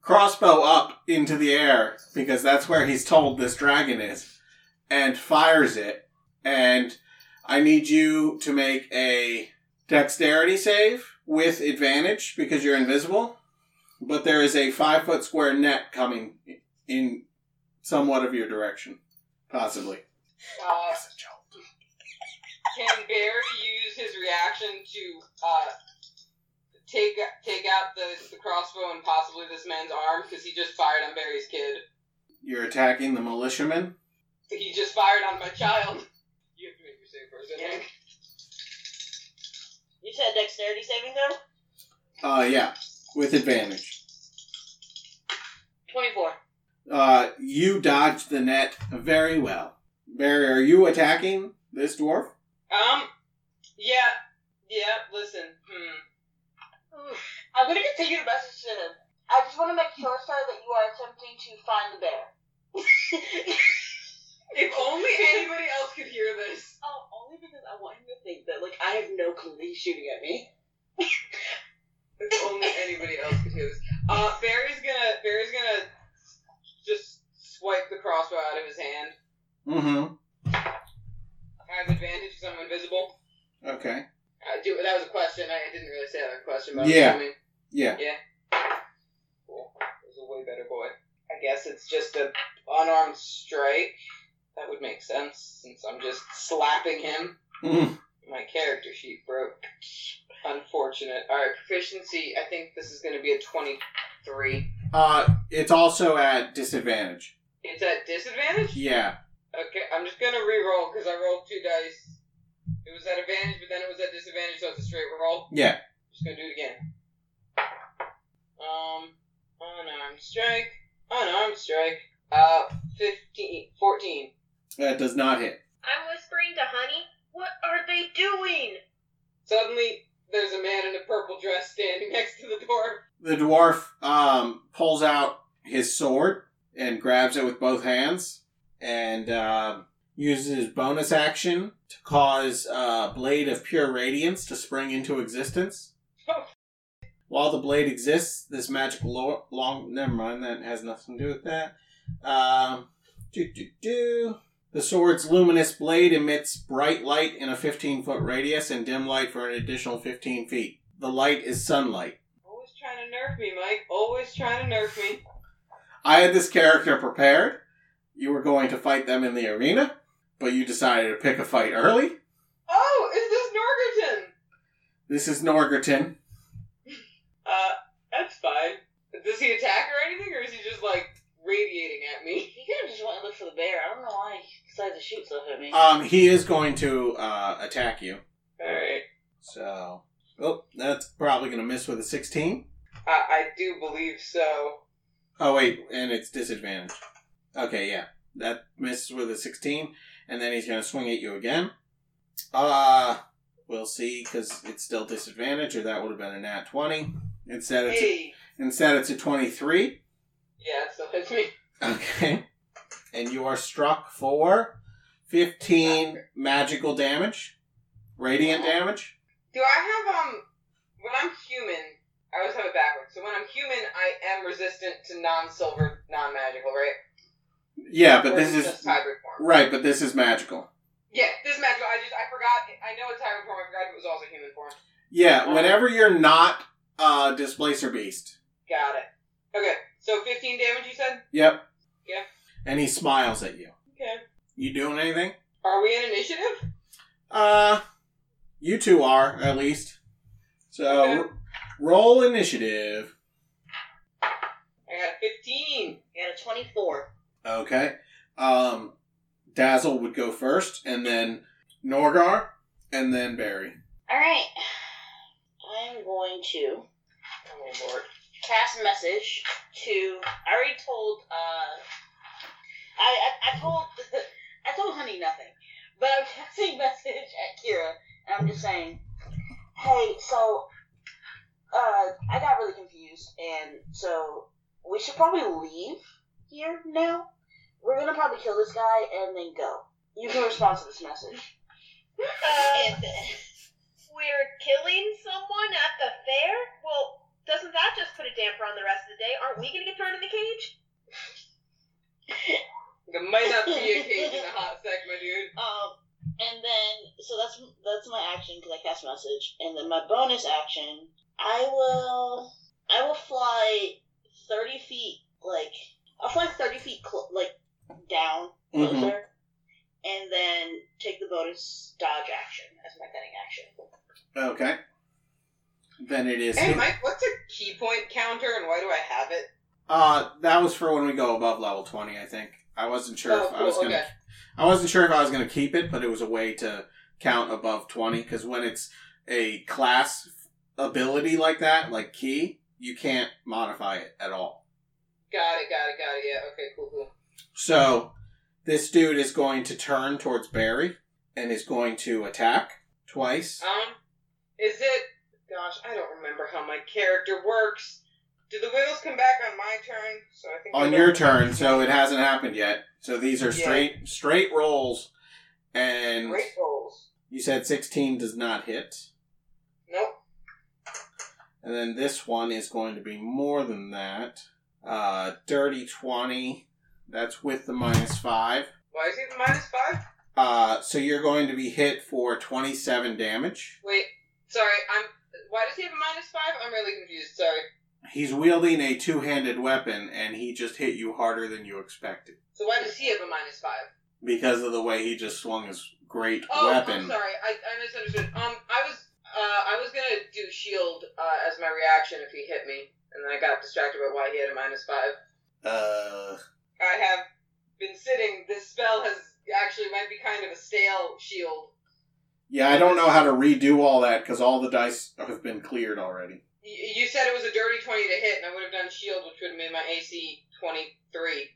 A: crossbow up into the air because that's where he's told this dragon is, and fires it. And I need you to make a dexterity save with advantage because you're invisible. But there is a five foot square net coming in somewhat of your direction, possibly.
B: Uh, can Bear use his reaction to uh, take take out the, the crossbow and possibly this man's arm because he just fired on Barry's kid?
A: You're attacking the militiaman.
B: He just fired on my child. You have to make your save first. I think.
E: You said dexterity saving throw?
A: Uh, yeah, with advantage.
E: 24.
A: Uh, you dodged the net very well. Barry, are you attacking this dwarf?
B: Um. Yeah. Yeah. Listen. Hmm.
E: I'm gonna continue to message to him. I just want to make sure, sir, that you are attempting to find the bear.
B: If only anybody else could hear this.
E: Oh, only because I want him to think that, like, I have no clue that he's shooting at me.
B: If only anybody else could hear this. Uh, Barry's gonna Barry's gonna just swipe the crossbow out of his hand.
A: Mm-hmm.
B: I have advantage because I'm invisible.
A: Okay.
B: I do. That was a question. I didn't really say that was a question, but
A: Yeah.
B: I'm assuming.
A: Yeah.
B: Cool. He's a way better boy. I guess it's just a unarmed strike. That would make sense since I'm just slapping him.
A: Mm.
B: My character sheet broke. Unfortunate. Alright, proficiency. I think this is going to be a 23.
A: Uh, it's also at disadvantage.
B: It's at disadvantage?
A: Yeah.
B: Okay, I'm just going to re-roll because I rolled two dice. It was at advantage, but then it was at disadvantage, so it's a straight roll.
A: Yeah.
B: Just going to do it again. Um, unarmed strike. Unarmed strike. Uh, 15, 14.
A: That does not hit.
D: I'm whispering to Honey, what are they doing?
B: Suddenly, there's a man in a purple dress standing next to the door.
A: The dwarf um pulls out his sword and grabs it with both hands and uh, uses his bonus action to cause a blade of pure radiance to spring into existence. While the blade exists, this magic lo- long. Never mind, that has nothing to do with that. Um, do do do. The sword's luminous blade emits bright light in a 15 foot radius and dim light for an additional 15 feet. The light is sunlight.
B: Always trying to nerf me, Mike. Always trying to nerf me.
A: I had this character prepared. You were going to fight them in the arena, but you decided to pick a fight early.
B: Oh, is this Norgerton?
A: This is Norgerton.
B: Uh, that's fine. Does he attack or anything, or is he just like radiating at me?
E: He could have just went and looked for the bear. I don't know why he decided to shoot stuff at me.
A: Um, he is going to uh, attack you.
B: Alright.
A: So, oh, that's probably going to miss with a 16.
B: I, I do believe so.
A: Oh wait, and it's disadvantage. Okay, yeah, that misses with a sixteen, and then he's gonna swing at you again. Uh We'll see because it's still disadvantage, or that would have been a nat twenty. Instead, it's a,
B: Hey.
A: instead it's a twenty-three.
B: Yeah, so that's me.
A: Okay, and you are struck for fifteen magical damage, radiant damage.
B: Do I have um? When I'm human, I always have it backwards. So when I'm human, I am resistant to non-silver, non-magical, right?
A: Yeah, but
B: Or
A: this
B: it
A: is
B: just hybrid form.
A: right. But this is magical.
B: Yeah, this is magical. I just I forgot. I know it's hybrid form. I forgot it was also human form.
A: Yeah, whenever you're not uh, displacer beast.
B: Got it. Okay, so 15 damage. You said.
A: Yep.
B: Yeah.
A: And he smiles at you.
B: Okay.
A: You doing anything?
B: Are we in initiative?
A: Uh, you two are at least. So
B: Okay.
A: roll initiative.
B: I got a 15.
D: You got a 24.
A: Okay. Um, Dazzle would go first, and then Norgar, and then Barry.
E: Alright. I'm going to
B: Oh lord.
E: cast message to. I already told. Uh, I, I I told I told Honey nothing, but I'm casting message at Kira, and I'm just saying, hey, so uh, I got really confused, and so we should probably leave here now. We're gonna probably kill this guy and then go. You can respond to this message.
D: Uh, we're killing someone at the fair? Well, doesn't that just put a damper on the rest of the day? Aren't we gonna get thrown in the cage?
B: There might not be a cage in a hot sec, my dude.
E: Um, and then so that's that's my action because I cast message, and then my bonus action, I will I will fly thirty feet like I'll fly thirty feet cl- like down closer,
A: Mhm.
E: and then take the bonus dodge action as my cutting action.
A: Okay. Then it is.
B: Hey,
A: him.
B: Mike, what's a key point counter and why do I have it?
A: Uh, that was for when we go above level twenty. I think I wasn't sure
B: Oh,
A: if I was
B: cool,
A: gonna.
B: okay.
A: I wasn't sure if I was gonna keep it, but it was a way to count above twenty because when it's a class ability like that, like key, you can't modify it at all.
B: Got it, got it, got it. Yeah, okay, cool, cool.
A: So this dude is going to turn towards Barry and is going to attack twice.
B: Um, is it? Gosh, I don't remember how my character works. Do the wiggles come back on my turn? So I think
A: on
B: I
A: your
B: don't-
A: turn, so it hasn't happened yet. So these are straight straight rolls, and
B: Great rolls.
A: you said sixteen does not hit.
B: Nope.
A: And then this one is going to be more than that. Uh, dirty 20. That's with the minus 5.
B: Why is he the minus five?
A: Uh, so you're going to be hit for 27 damage.
B: Wait, sorry. I'm. Why does he have a minus five? I'm really confused. Sorry.
A: He's wielding a two handed weapon, and he just hit you harder than you expected
B: So why does he have a minus five?
A: because of the way he just swung his great
B: Oh,
A: weapon.
B: I'm sorry. I, I misunderstood. Um, I was uh, I was gonna do shield uh, as my reaction if he hit me, and then I got distracted by why he had a minus five.
A: Uh,
B: I have been sitting. This spell has actually might be kind of a stale shield.
A: yeah, I don't know how to redo all that because all the dice have been cleared already.
B: Y- You said it was a dirty twenty to hit, and I would have done shield, which would have made my AC twenty three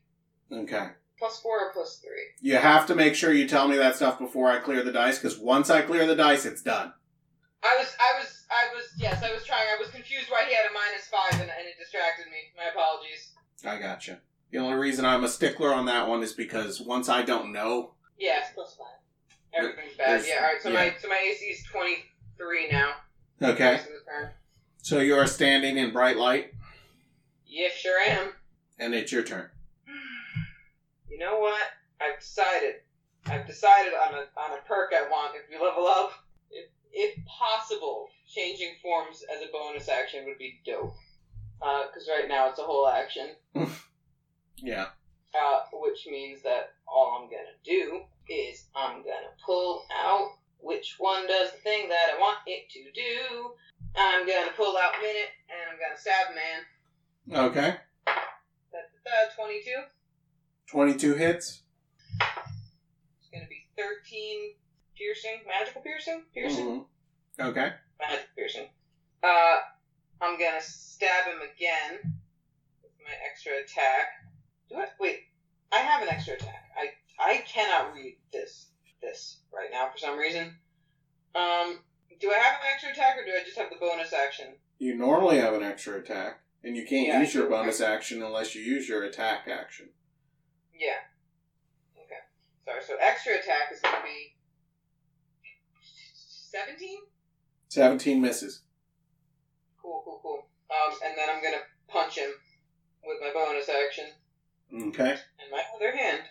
A: Okay.
B: plus four or plus three.
A: You have to make sure you tell me that stuff before I clear the dice because once I clear the dice, it's done.
B: I was, I was, I was. Yes, I was trying. I was confused why he had a minus five, and, and it distracted me. My apologies.
A: I gotcha. The only reason I'm a stickler on that one is because once I don't know,
B: Yeah,
E: Plus five.
B: everything's bad.
A: There's-
B: Yeah, all right. So my
A: yeah.
B: so my AC is twenty three now.
A: okay.
B: Rest of the turn.
A: So you are standing in bright light,
B: Yeah, sure am.
A: and it's your turn.
B: You know what? I've decided. I've decided on a on a perk I want if we level up. If if possible, changing forms as a bonus action would be dope. Because right now it's a whole action,
A: Yeah.
B: uh, which means that all I'm gonna do is I'm gonna pull out which one does the thing that I want it to do. I'm gonna pull out minute and I'm gonna stab man.
A: Okay.
B: That's uh, 22. It's
A: Twenty-two hits.
B: gonna be 13 piercing, magical piercing,
A: Mhm.
B: piercing.
A: Okay.
B: magic piercing. Uh, I'm gonna stab him again with my extra attack. Do I, wait, I have an extra attack. I I cannot read this this right now for some reason. Um,
A: normally have an extra attack, and you can't
B: Yeah,
A: use your
B: you're
A: bonus action unless you use your attack action.
B: Yeah. Okay. Sorry. So extra attack is going to be seventeen.
A: 17 misses.
B: Cool, cool, cool. Um, and then I'm going to punch him with my bonus action
A: Okay.
B: and my other hand.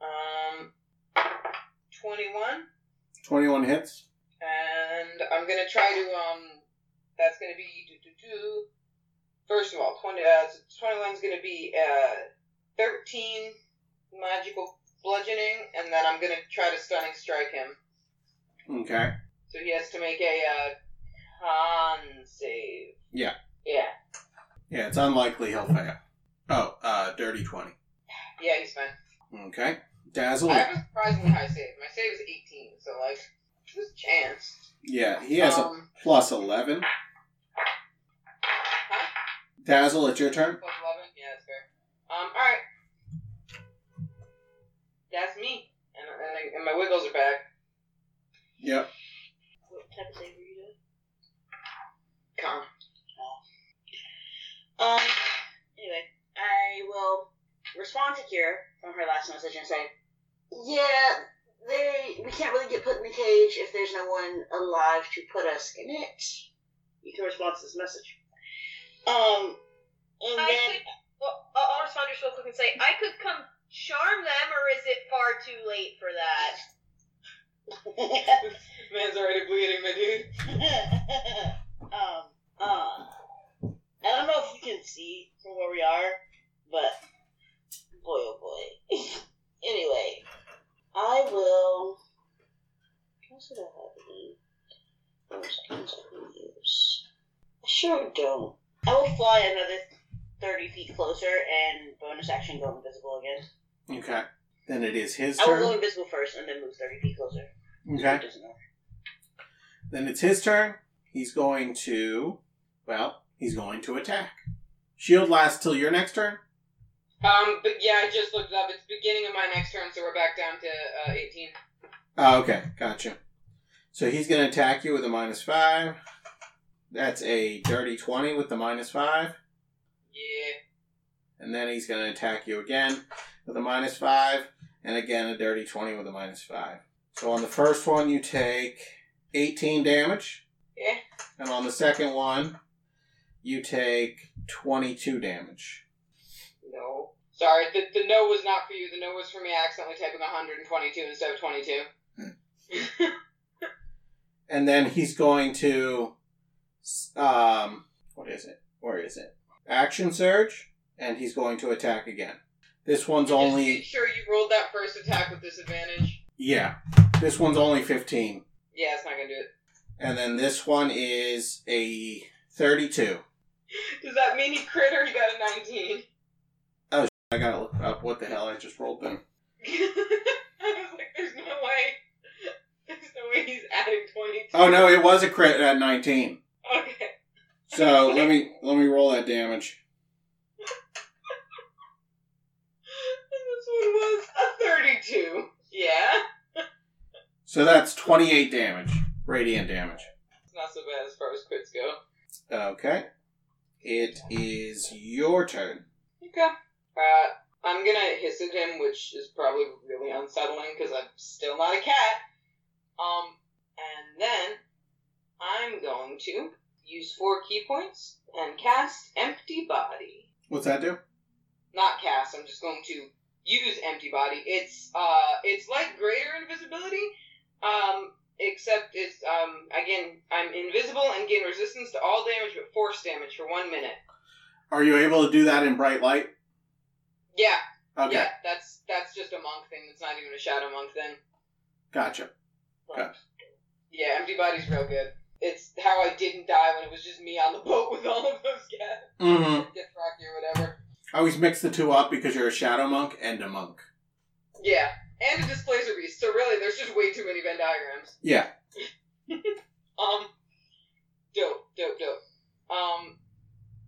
B: Um, twenty-one,
A: 21 hits.
B: and I'm going to try to um. That's going to be do do do. First of all, twenty. Uh, twenty-one is going to be uh thirteen magical bludgeoning, and then I'm going to try to stunning strike him.
A: Okay.
B: So he has to make a uh, con save.
A: Yeah.
B: Yeah.
A: Yeah, it's unlikely he'll fail. Oh, uh, dirty 20.
B: Yeah, he's fine.
A: Okay. Dazzle.
B: I have a surprisingly high save. My save is 18, so like, there's a chance.
A: Yeah, he has a
B: um,
A: plus 11. Dazzle, it's your turn.
B: plus 11. Yeah, that's fair. Um, all right. That's me, and and, I, and my wiggles are back.
A: Yep.
E: What type of save were you doing?
B: Con.
E: Um, anyway, I will respond to Kira from her last message and say, Yeah, they we can't really get put in the cage if there's no one alive to put us in it. You can respond to this message. Um, and
D: I
E: then.
D: could, well, I'll I'll respond just real quick and say, I could come charm them, or is it far too late for that?
B: Man's already bleeding, my dude.
E: um, uh, I don't know if you can see from where we are, but boy, oh boy. anyway, I will. What else did I have in? What was I going to use? I sure don't. I will fly another 30 feet closer and bonus action go invisible again.
A: Okay. Then it is his
B: Oh,
E: I will go
A: turn.
E: invisible first and then move 30 feet closer.
A: Okay.
E: It doesn't matter.
A: Then it's his turn. He's going to. Well, he's going to attack. Shield lasts till your next turn.
B: Um, but yeah, I just looked it up. It's beginning of my next turn, so we're back down to uh, 18.
A: Oh, okay, gotcha. So he's going to attack you with a minus five. That's a dirty 20 with the minus five.
B: Yeah.
A: And then he's going to attack you again with a minus five. And again, a dirty 20 with a minus five. So on the first one, you take 18 damage.
B: Yeah.
A: And on the second one, you take 22 damage.
B: No. Sorry, the, the no was not for you. The no was for me accidentally typing 122 instead of 22.
A: and then he's going to um what is it where is it action surge and he's going to attack again this one's
B: Just make
A: only
B: sure you rolled that first attack with disadvantage.
A: yeah this one's only 15
B: Yeah, it's not gonna do it.
A: and then this one is a 32
B: Does that mean he crit or he got a 19?
A: i gotta look up what the hell i just rolled them
B: I was like, there's no way. There's no way he's adding 22.
A: oh no it was a crit at 19
B: Okay.
A: so let me let me roll that damage
B: And this one was a 32. Yeah?
A: so that's 28 damage radiant damage
B: It's not so bad as far as crits go.
A: okay it is your turn
B: Okay. Uh, I'm gonna hiss at him, which is probably really unsettling because I'm still not a cat. Um, and then I'm going to use four key points and cast Empty Body.
A: What's that do?
B: Not cast. I'm just going to use Empty Body. It's uh, it's like greater invisibility, um, except it's um, again, I'm invisible and gain resistance to all damage but force damage for one minute.
A: Are you able to do that in bright light?
B: Yeah,
A: Okay,
B: Yeah, that's that's just a monk thing. That's not even a shadow monk thing.
A: gotcha.
B: Yeah, empty body's real good. It's how I didn't die when it was just me on the boat with all of those cats,
A: Mm-hmm.
B: Dothraki or whatever.
A: I always mix the two up because you're a shadow monk and a monk.
B: Yeah, and a displacer beast. So really, there's just way too many Venn diagrams.
A: Yeah.
B: Um, dope, dope, dope. Um,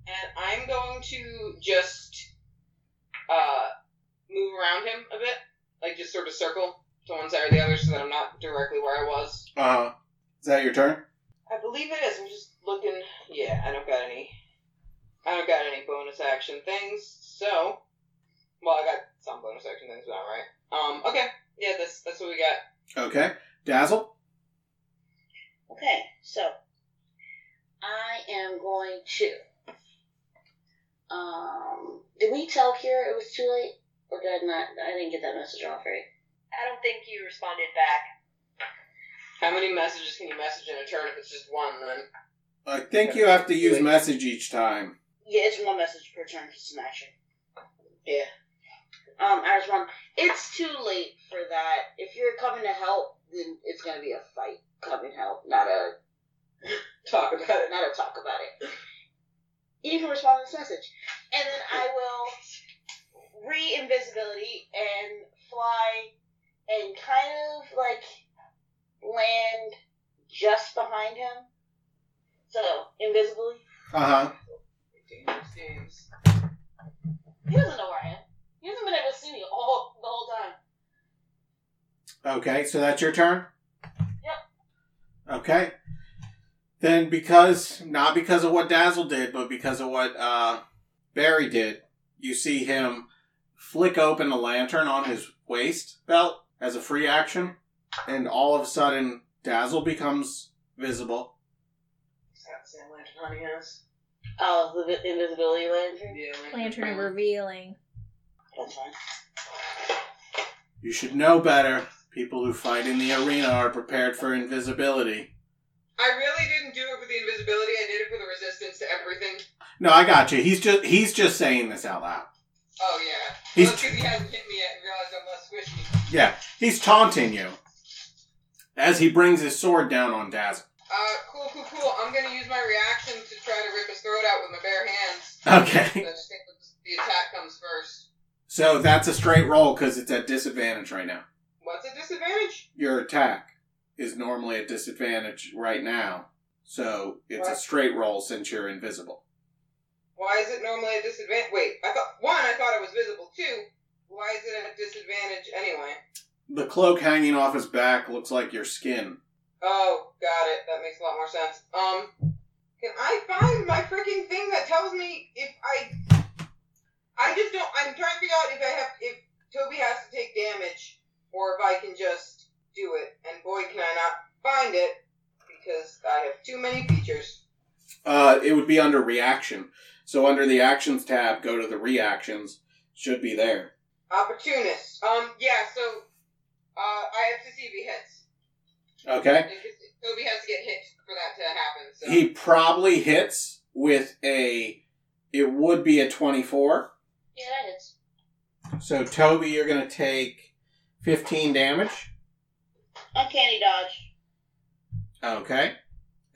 B: and I'm going to just uh move around him a bit, like just sort of circle to one side or the other, so that I'm not directly where I was.
A: Uh, is that your turn?
B: I believe it is. I'm just looking. Yeah, I don't got any I don't got any bonus action things, so. Well, I got some bonus action things, but not right. Um, okay. Yeah, that's that's what we got.
A: Okay. Dazzle?
E: Okay, so I am going to. Um, did we tell Kira it was too late, or did I not? I didn't get that message off right.
D: I don't think you responded back.
B: How many messages can you message in a turn if it's just one? Then
A: I think you have to use message each time.
E: Yeah, it's one message per turn. 'cause It's an action.
B: Yeah.
E: Um, I was wrong. It's too late for that. If you're coming to help, then it's gonna be a fight. Come and help, not a
B: talk about it.
E: not to talk about it. You can respond to this message. And then I will re invisibility and fly and kind of like land just behind him. So invisibly.
A: Uh huh.
B: Dangerous games.
E: He doesn't know where I am. He hasn't been able to see me all the whole time.
A: Okay, so that's your turn? Yep. Okay. Then because not because of what Dazzle did, but because of what uh Barry did, you see him flick open a lantern on his waist belt as a free action, and all of a sudden Dazzle becomes visible.
B: Is that the same lantern honey has?
E: Oh, the vi- invisibility lantern.
B: Yeah.
C: Lantern revealing.
E: That's fine.
A: You should know better. People who fight in the arena are prepared for invisibility.
B: I really didn't do it for the invisibility. I did it for the resistance to everything.
A: No, I got you. He's just he's just saying this out loud.
B: Oh yeah.
A: He's-
B: Well, it's 'cause he hasn't hit me yet and realized I'm less squishy.
A: Yeah, he's taunting you as he brings his sword down on Dazzle.
B: Uh, cool, cool, cool. I'm gonna use my reaction to try to rip his throat out with my bare hands. So
A: Okay,
B: I just think the attack comes first.
A: so that's a straight roll because it's at disadvantage right now.
B: What's a disadvantage?
A: Your attack is normally at disadvantage right now, so it's a
B: Right.
A: straight roll since you're invisible.
B: Why is it normally a disadvantage? Wait, I thought one. I thought it was visible. Two. Why is it a disadvantage anyway?
A: The cloak hanging off his back looks like your skin.
B: Oh, got it. That makes a lot more sense. Um, can I find my freaking thing that tells me if I? I just don't. I'm trying to figure out if I have if Toby has to take damage or if I can just do it. And boy, can I not find it because I have too many features.
A: Uh, it would be under reaction. So under the actions tab, go to the reactions. Should be there.
B: Opportunist. Um, yeah. So, uh, I have to see if he hits.
A: Okay.
B: Because Toby has to get hit for that to happen. So.
A: He probably hits with a. It would be a 24.
E: Yeah, that hits.
A: So, Toby, you're going to take 15 damage.
E: Uncanny dodge.
A: Okay.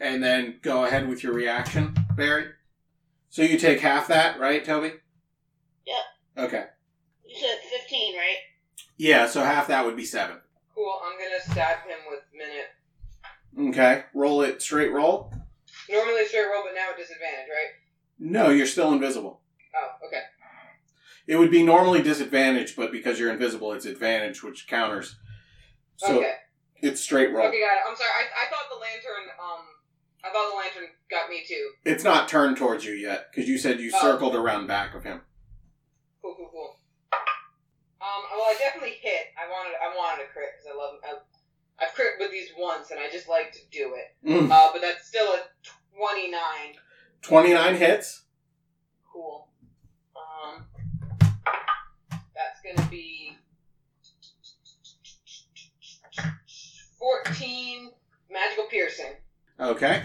A: And then go ahead with your reaction, Barry. So, you take half that, right, Toby?
E: Yep.
A: Okay.
E: You said 15, right?
A: Yeah, so half that would be 7.
B: cool. I'm gonna stab him with minute.
A: Okay. Roll it straight roll.
B: Normally a straight roll, but now a disadvantage, right?
A: No, you're still invisible.
B: Oh, okay.
A: It would be normally disadvantage, but because you're invisible, it's advantage, which counters. So,
B: okay.
A: it's straight roll.
B: Okay, got it. I'm sorry. I, I thought the lantern. Um, I thought the lantern got me too.
A: It's not turned towards you yet because you said you
B: Oh.
A: circled around back of him.
B: Cool, cool, cool. Um, well, I definitely hit. I wanted. I wanted a crit because I love. I, I crit with these once, and I just like to do it.
A: Mm.
B: Uh, but that's still a twenty-nine.
A: Twenty-nine hits.
B: Cool. Um, that's gonna be fourteen magical piercing.
A: Okay.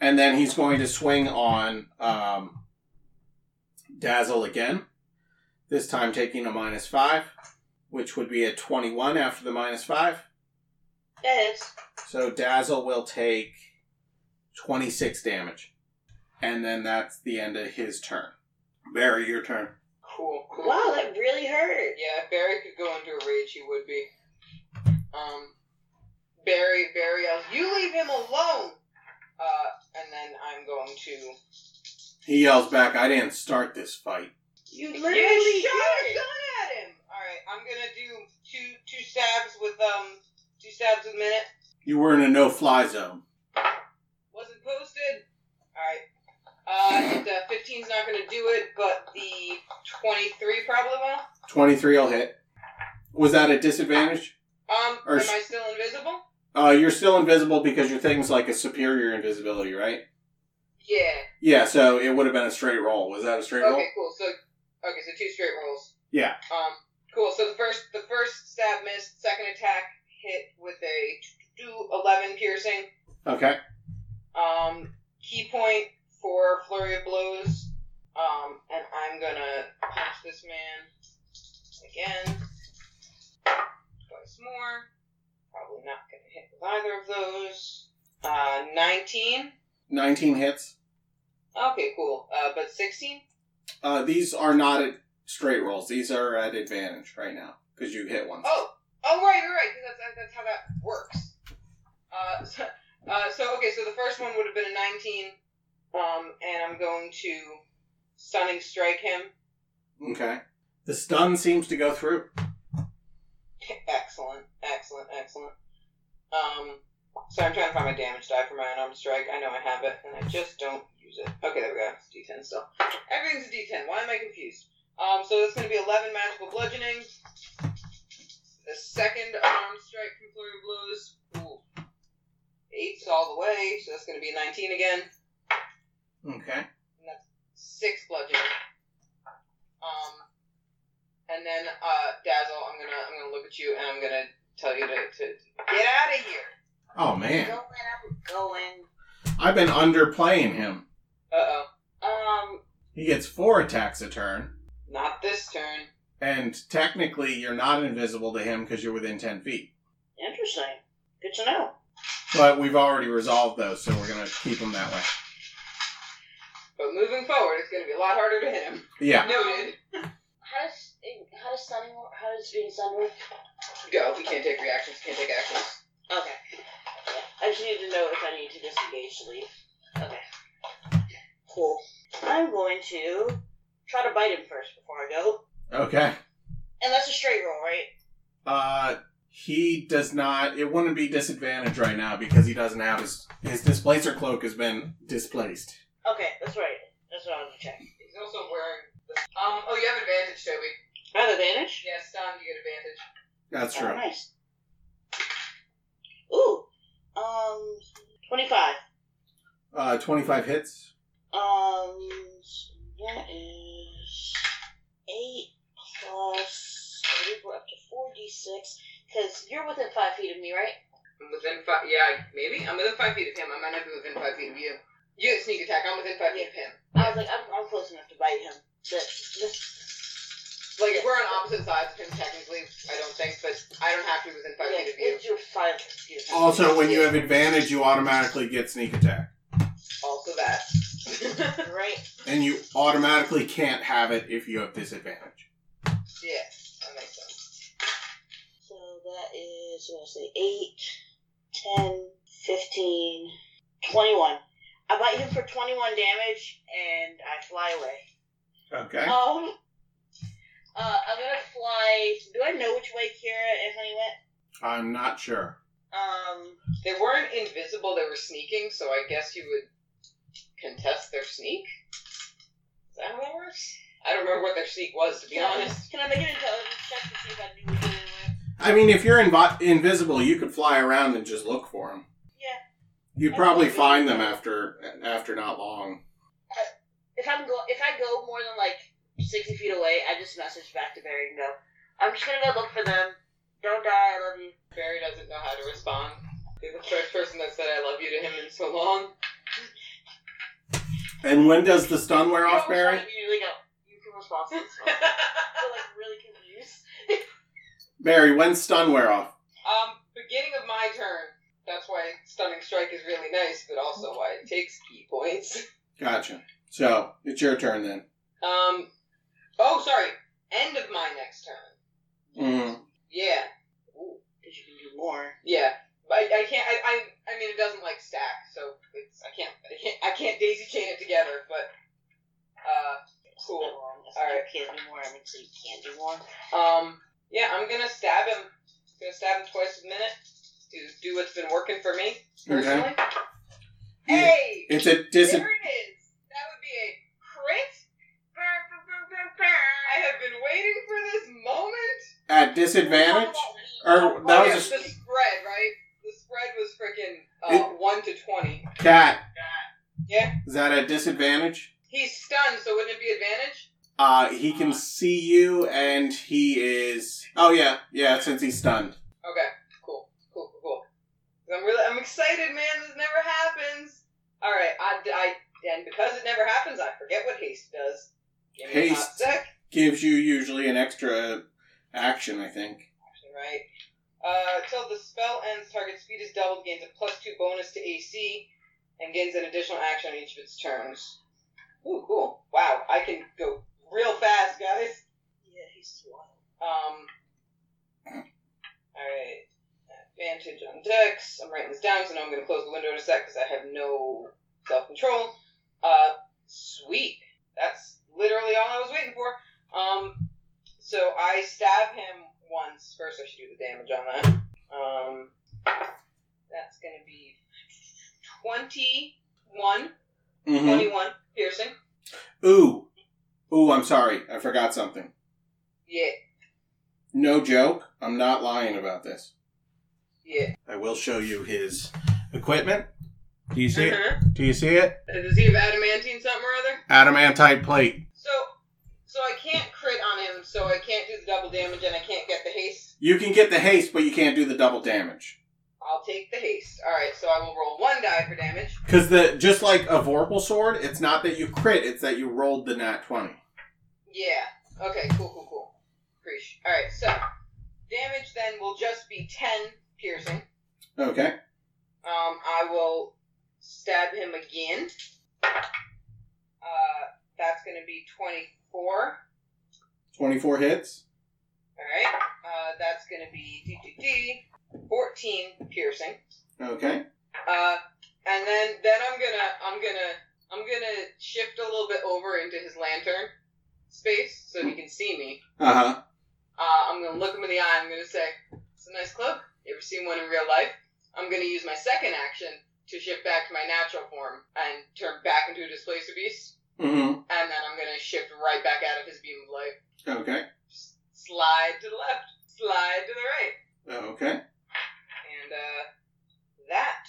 A: And then he's going to swing on um, Dazzle again. This time taking a minus five, which would be a twenty-one after the minus five.
E: That hits.
A: So Dazzle will take twenty-six damage, and then that's the end of his turn. Barry, your turn.
B: Cool. cool.
E: Wow, that really hurt.
B: Yeah, if Barry could go into a rage, he would be. Um, Barry, Barry, yells, you leave him alone. Uh, and then I'm going to.
A: He yells back, "I didn't start this fight."
E: You
B: Yeah, shot
E: literally
B: a
E: hit.
B: gun at him. All right, I'm gonna do two two stabs with um two stabs with minute.
A: You were in a no-fly zone.
B: Wasn't posted. All right. Uh, it's a 15's not going to do it, but the 23 probably will.
A: 23 will hit. Was that at disadvantage?
B: Um,
A: Or
B: am
A: sh-
B: I still invisible?
A: Uh, you're still invisible because your thing's like a superior invisibility, right?
B: Yeah.
A: Yeah, so it would have been a straight roll. Was that a straight roll?
B: Okay, cool. So, okay, so two straight rolls.
A: Yeah.
B: Um, cool. So the first, the first stab missed. Second attack hit with a two eleven piercing.
A: Okay.
B: Um, key point for flurry of blows. Um, and I'm gonna punch this man again twice more. Probably not gonna hit with either of those. Uh, nineteen.
A: 19 hits.
B: Okay, cool. Uh, but sixteen.
A: Uh, these are not at straight rolls. These are at advantage right now because you hit once.
B: Oh, oh, right, right, right. 'cause That's, that's, that's how that works. Uh, so, uh, so okay, so the first one would have been a 19, um, and I'm going to stunning strike him.
A: Okay. The stun seems to go through.
B: excellent, excellent, excellent. Um, so I'm trying to find my damage die for my unarmed strike. I know I have it, and I just don't use it. Okay, there we go. It's D10 still. Everything's a D10. Why am I confused? Um, so that's going to be 11 magical bludgeoning. The second unarmed strike from flurry of blows. Ooh. Eight's all the way, so that's going to be a 19 again.
A: Okay.
B: Six bludgeoning. Um, and then uh, Dazzle, I'm gonna I'm gonna look at you and I'm gonna tell you to, to get out of here.
A: Oh, man.
E: Going, I'm going.
A: I've been underplaying him.
B: Uh oh.
E: Um,
A: He gets four attacks a turn,
B: Not this turn.
A: and technically you're not invisible to him because you're within 10 feet.
E: interesting. Good to know.
A: But we've already resolved those, so we're going to keep him that way.
B: But moving forward, it's gonna be a lot harder to hit him.
A: Yeah.
B: Noted.
K: How does how does stunning work? How does being stunned work?
B: Go. He can't take reactions. Can't take actions.
E: Okay. Yeah, I just need to know if I need to disengage to leave. Okay. Cool. I'm going to try to bite him first before I go.
A: Okay.
E: And that's a straight roll, right?
A: Uh, he does not. It wouldn't be disadvantage right now because he doesn't have his his displacer cloak has been displaced.
E: Okay, that's right. That's what I was to check.
B: He's also wearing. The, um. Oh, you have advantage, Toby.
E: I have advantage?
B: Yeah, stunned. You get advantage.
A: That's
E: Oh,
A: true.
E: nice. Ooh. Um, 25.
A: Uh, twenty five hits.
E: Um, so that is 8 plus. I think we're up to 4d6. Because you're within 5 feet of me, right?
B: I'm within five. Yeah, maybe. I'm within five feet of him. I might not be within five feet of you. You get sneak attack. I'm within five feet of him.
E: I was like, I'm, I'm close enough to bite him. But this,
B: Like we're on opposite sides of him technically. I don't think, but I don't have to be within
E: yeah,
B: five feet of you.
E: it's your five feet. of-
A: Also, when you have advantage, you automatically get sneak attack,
B: Also that.
E: right,
A: and you automatically can't have it if you have disadvantage.
B: yeah, that makes sense.
E: so that is I'm gonna say eight, ten, fifteen, twenty-one. I bite him for twenty-one damage, and I fly away.
A: Okay.
E: Um, uh, I'm gonna fly. Do I know which way Kira and Honey went?
A: I'm not sure.
E: Um,
B: They weren't invisible. They were sneaking. So I guess you would contest their sneak. Is that how that works? I don't remember what their sneak was to be
E: can I-
B: honest.
E: can I make an intelligence check to see if I knew which way they went?
A: I mean, if you're invi- invisible, you could fly around and just look for them.
E: Yeah.
A: You'd probably find them after after not long.
E: if I'm go if I go more than like sixty feet away, I just message back to Barry and go, I'm just gonna go look for them. Don't die, I love you.
B: Barry doesn't know how to respond. You're the first person that said "I love you" to him in so long.
A: And when does the stun wear off,
E: Don't
A: Barry?
E: respond immediately go, you can respond to this one. I'm like really confused.
A: Barry, when stun wear off?
B: um, beginning of my turn. That's why stunning strike is really nice, but also why it takes key points.
A: Gotcha. So it's your turn then.
B: Um. Oh, sorry. End of my next turn.
A: Mm.
B: Yeah.
E: Because you can do more.
B: Yeah. But I, I can't. I, I. I mean, it doesn't like stack, so it's. I can't. I can't. I can't daisy chain it together. But. Uh. Cool. All
E: Alright. You can't do more, I mean so you can't do more.
B: Um. Yeah. I'm gonna stab him. gonna stab him twice a minute to do what's been working for me
A: Okay.
B: personally. Hey.
A: It's a dis.
B: There it is. That would be a crit
A: at disadvantage? Or
B: Oh,
A: that
B: yeah,
A: was
B: the spread, right? The spread was freaking uh, one to twenty.
A: a cat.
B: Yeah.
A: Is that at disadvantage?
B: He's stunned, so wouldn't it be advantage?
A: Uh, he can see you, and he is. Oh yeah, yeah. Since he's stunned.
B: Okay, cool, cool, cool, cool. 'Cause I'm really, I'm excited, man. This never happens. All right, I, I, and because it never happens, I forget what haste does. Give me a hot
A: Haste.
B: sec.
A: gives you usually an extra action, I think.
B: action, right? Uh, until the spell ends, target speed is doubled, gains a plus two bonus to AC, and gains an additional action on each of its turns. Ooh, cool. Wow, I can go real fast, guys.
L: Yeah, he's wild.
B: Um, alright. Um, Advantage on dex. I'm writing this down, so now I'm going to close the window in a sec because I have no self control. Uh, sweet. That's literally all I was waiting for. Um, so I stab him once. First, I should do the damage on that. Um, that's going to be 21.
A: Mm-hmm.
B: 21 piercing.
A: Ooh, ooh. I'm sorry, I forgot something.
B: Yeah,
A: No joke. I'm not lying about this.
B: yeah.
A: I will show you his equipment. Do you see it?
B: Uh-huh.
A: Do you see it?
B: Does he have adamantine something or other?
A: Adamantite plate.
B: So, so I can't crit on him, so I can't do the double damage, and I can't get the haste.
A: You can get the haste, but you can't do the double damage.
B: I'll take the haste. All right, so I will roll one die for damage.
A: Because the just like a Vorpal sword, it's not that you crit; it's that you rolled the nat twenty.
B: Yeah. Okay. Cool. Cool. Cool. Preach. All right. So, damage then will just be ten piercing.
A: Okay.
B: Um, I will stab him again. Uh, that's gonna be twenty-four.
A: Twenty-four hits.
B: All right. Uh, that's gonna be d d d fourteen piercing.
A: Okay.
B: Uh, and then then I'm gonna I'm gonna I'm gonna shift a little bit over into his lantern space so he can see me.
A: Uh huh.
B: Uh, I'm gonna look him in the eye. I'm gonna say, "It's a nice cloak. You ever seen one in real life?" I'm gonna use my second action to shift back to my natural form and turn back into a displacer beast,
A: Mm-hmm.
B: and then I'm gonna shift right back out of his beam of light.
A: Okay.
B: Just slide to the left, slide to the right,
A: Okay.
B: and uh, that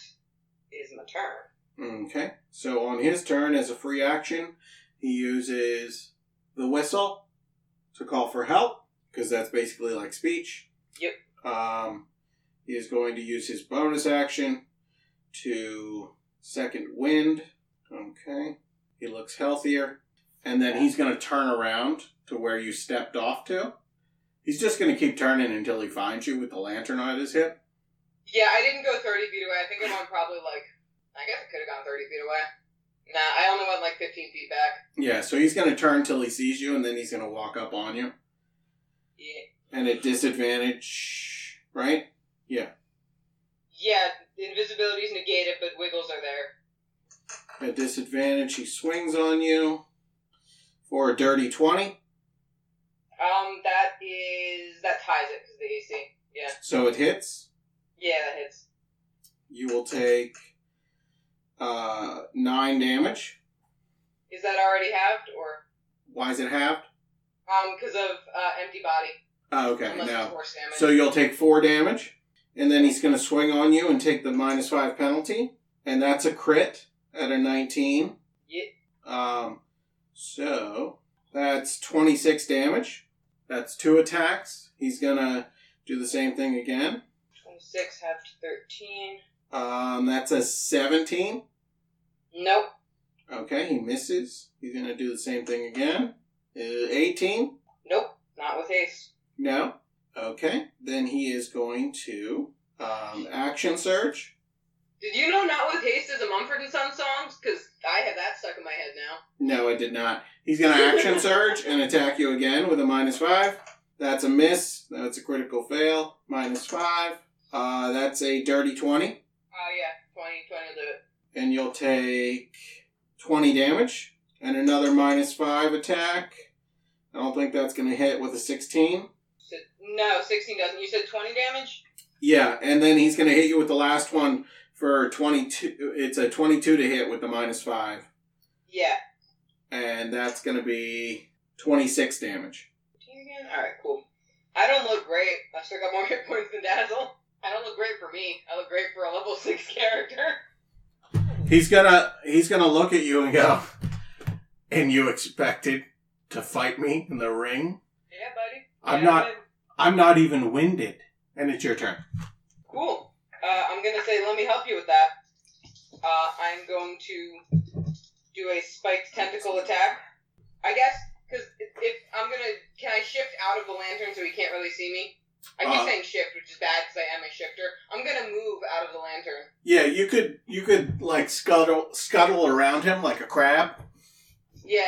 B: is my turn.
A: Okay. So on his turn, as a free action, he uses the whistle to call for help because that's basically like speech.
B: Yep.
A: Um, he is going to use his bonus action to second wind. Okay. He looks healthier, and then he's going to turn around to where you stepped off to. He's just going to keep turning until he finds you with the lantern on his hip.
B: Yeah, I didn't go 30 feet away. I think I went probably like, I guess I could have gone 30 feet away. Nah, I only went like 15 feet back.
A: Yeah, so he's going to turn till he sees you, and then he's going to walk up on you.
B: Yeah,
A: And at disadvantage, right?
B: yeah the invisibility is negated, but wiggles are there.
A: At disadvantage, he swings on you for a dirty 20.
B: Um, that is, that ties it because the AC. Yeah,
A: So it hits.
B: yeah, that hits.
A: You will take uh, 9 damage.
B: Is that already halved or?
A: Why is it halved?
B: Um, because of uh, empty body.
A: Oh, okay,
B: Unless it's
A: no.
B: force damage.
A: So you'll take 4 damage. And then he's going to swing on you and take the minus 5 penalty. And that's a crit at a 19.
B: Yeah.
A: Um, so that's 26 damage. That's two attacks. He's going to do the same thing again.
B: 26 halved to 13.
A: Um, that's a 17.
B: Nope.
A: Okay, he misses. He's going to do the same thing again. Uh, 18?
B: Nope. Not with haste.
A: No. Okay, then he is going to um, action surge.
B: Did you know Not With Haste is a Mumford and Son song? Because I have that stuck in my head now.
A: No, I did not. He's going to action surge and attack you again with a minus 5. That's a miss. That's a critical fail. Minus 5. Uh, that's a dirty 20.
B: Oh, yeah. 20, 20 will do it.
A: And you'll take 20 damage and another minus 5 attack. I don't think that's going to hit with a 16.
B: Said- No, 16 doesn't. You said 20 damage?
A: Yeah, and then he's going to hit you with the last one for 22. It's a 22 to hit with the minus 5.
B: Yeah.
A: And that's going to be 26 damage.
B: Alright, cool. I don't look great. I've still got more hit points than Dazzle. I don't look great for me. I look great for a level six character.
A: He's gonna he's gonna look at you and go, and you expected to fight me in the ring?
B: Yeah, buddy.
A: I'm
B: Yeah,
A: not-
B: buddy.
A: I'm not even winded. And it's your turn.
B: Cool. Uh, I'm gonna say, let me help you with that. Uh, I'm going to do a spiked tentacle attack. I guess because if, if I'm gonna, can I shift out of the lantern so he can't really see me? I keep
A: Uh-huh.
B: saying shift, which is bad because I am a shifter. I'm gonna move out of the lantern.
A: Yeah, you could you could like scuttle scuttle around him like a crab.
B: Yeah,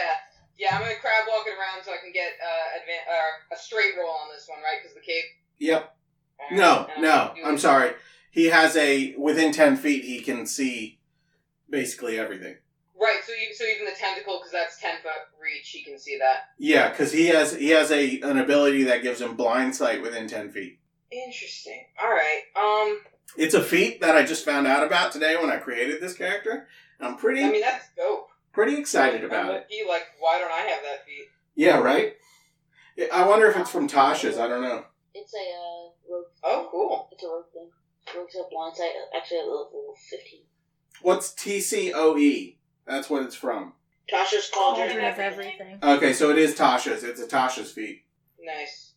B: yeah. I'm gonna crab walk it around so I can get uh, advan- uh, a straight roll on this one, right? Because the cape.
A: Yep.
B: Alright,
A: No,
B: and I'm
A: no.
B: gonna do
A: I'm
B: it.
A: sorry. He has a within ten feet. He can see basically everything.
B: Right. So you, so even the tentacle, because that's ten foot reach, he can see that.
A: Yeah, because he has he has a an ability that gives him blind sight within ten feet.
B: Interesting. All right. Um.
A: It's a feat that I just found out about today when I created this character. I'm pretty
B: I mean, that's dope.
A: pretty excited about
B: I'm
A: it.
B: low-key like, why don't I have that feat?
A: Yeah, right. Yeah, I wonder if it's from Tasha's. I don't know.
E: It's a uh, rogue.
B: Oh, cool.
E: It's a rogue thing. Rogues have blind sight. Actually, at level fifteen.
A: What's TCOE? E? That's what it's from.
E: Tasha's
C: Cauldron of everything.
A: Okay, so it is Tasha's. It's a Tasha's feat.
B: Nice.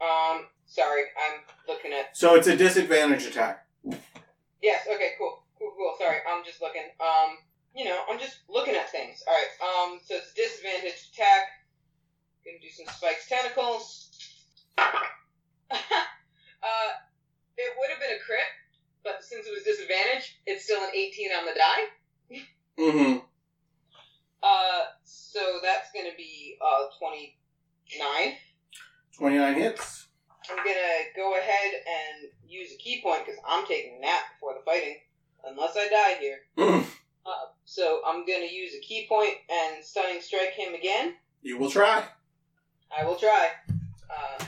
B: Um, sorry, I'm looking at.
A: So it's a disadvantage attack.
B: Yes. Okay. Cool. Cool. Cool. Sorry, I'm just looking. Um, you know, I'm just looking at things. All right. Um, so it's disadvantage attack. Gonna do some spikes tentacles. uh, it would have been a crit, but since it was disadvantage, it's still an 18 on the die.
A: Mm-hmm.
B: Uh, so that's gonna be uh 29.
A: Twenty nine hits.
B: I'm gonna go ahead and use a key point because I'm taking a nap before the fighting, unless I die here.
A: Mm.
B: So I'm gonna use a key point and stunning strike him again.
A: You will try.
B: I will try. Uh,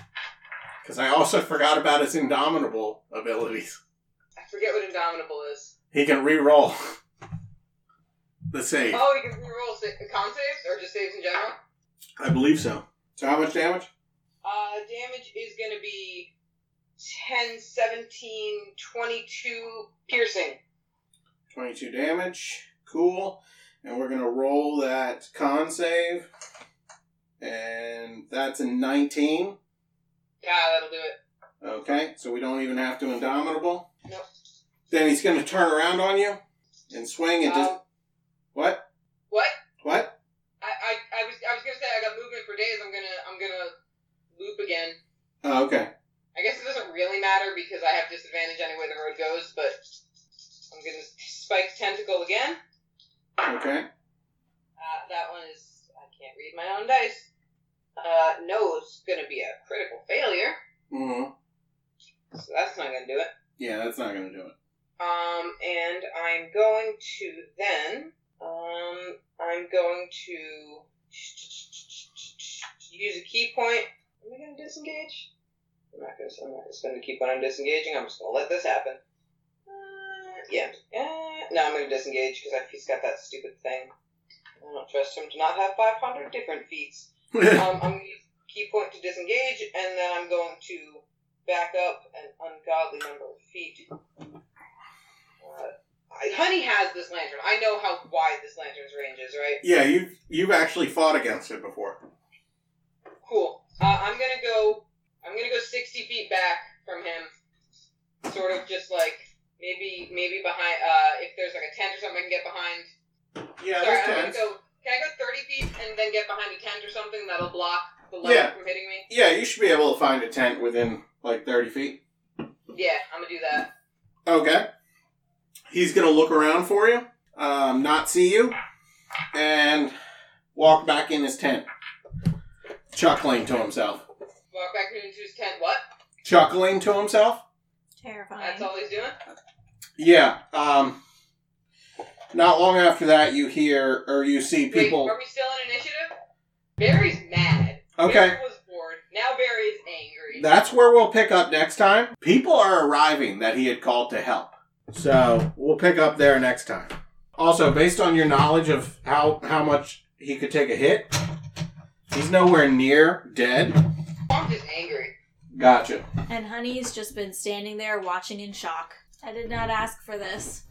A: Because I also forgot about his indomitable abilities.
B: I forget what indomitable is.
A: He can re-roll the save.
B: Oh, you can reroll sa- con saves or just saves in general.
A: I believe so. So how much damage?
B: Uh, damage is gonna be 10, 17, 22 piercing.
A: 22 damage. Cool. And we're going to roll that con save. And that's a 19.
B: Yeah, Ah, that'll do it.
A: Okay, so we don't even have to Indomitable.
B: Nope.
A: Then he's going to turn around on you and swing and just.
B: Um,
A: what?
B: what?
A: What?
B: I, I, I was I was gonna say I got movement for days. I'm gonna I'm gonna loop again.
A: Oh, okay.
B: I guess it doesn't really matter because I have disadvantage anyway the road goes, but I'm gonna spike tentacle again.
A: Okay.
B: Uh, that one is I can't read my own dice. Uh, no, it's gonna be a critical failure,
A: hmm
B: so that's not gonna do it.
A: Yeah, that's not going to do it.
B: Um, and I'm going to then um I'm going to use a key point. Am I gonna disengage? I'm not gonna. I'm not just gonna keep on disengaging. I'm just gonna let this happen. Uh, yeah. Uh, no, I'm gonna disengage because he's got that stupid thing. I don't trust him to not have 500 different feats. um, I'm gonna use key point to disengage, and then I'm going to back up an ungodly number of feet. Uh, I- Honey has this lantern. I know how wide this lantern's range is, right?
A: yeah, you've, you've actually fought against it before.
B: Cool. Uh, I'm gonna go. I'm gonna go 60 feet back from him, sort of just like maybe maybe behind. Uh, if there's like a tent or something, I can get behind.
A: Yeah,
B: Sorry,
A: there's
B: I'm gonna
A: tens.
B: go. Can I go 30 feet and then get behind a tent or something that'll block the light
A: Yeah.
B: from hitting me?
A: Yeah, you should be able to find a tent within like 30 feet.
B: Yeah, I'm gonna do that.
A: Okay. He's going to look around for you, um, not see you, and walk back in his tent, chuckling to himself.
B: Walk back into his tent. What?
A: Chuckling to himself?
C: Terrifying.
B: That's all he's doing.
A: Yeah. Um, not long after that, you hear or you see people.
B: Wait, are we still in initiative? Barry's mad.
A: Okay.
B: Barry was bored. Now Barry is angry.
A: That's where we'll pick up next time. People are arriving that he had called to help. So we'll pick up there next time. Also, based on your knowledge of how, how much he could take a hit, he's nowhere near dead.
B: I'm just angry.
A: Gotcha.
C: And Honey's just been standing there watching in shock. I did not ask for this.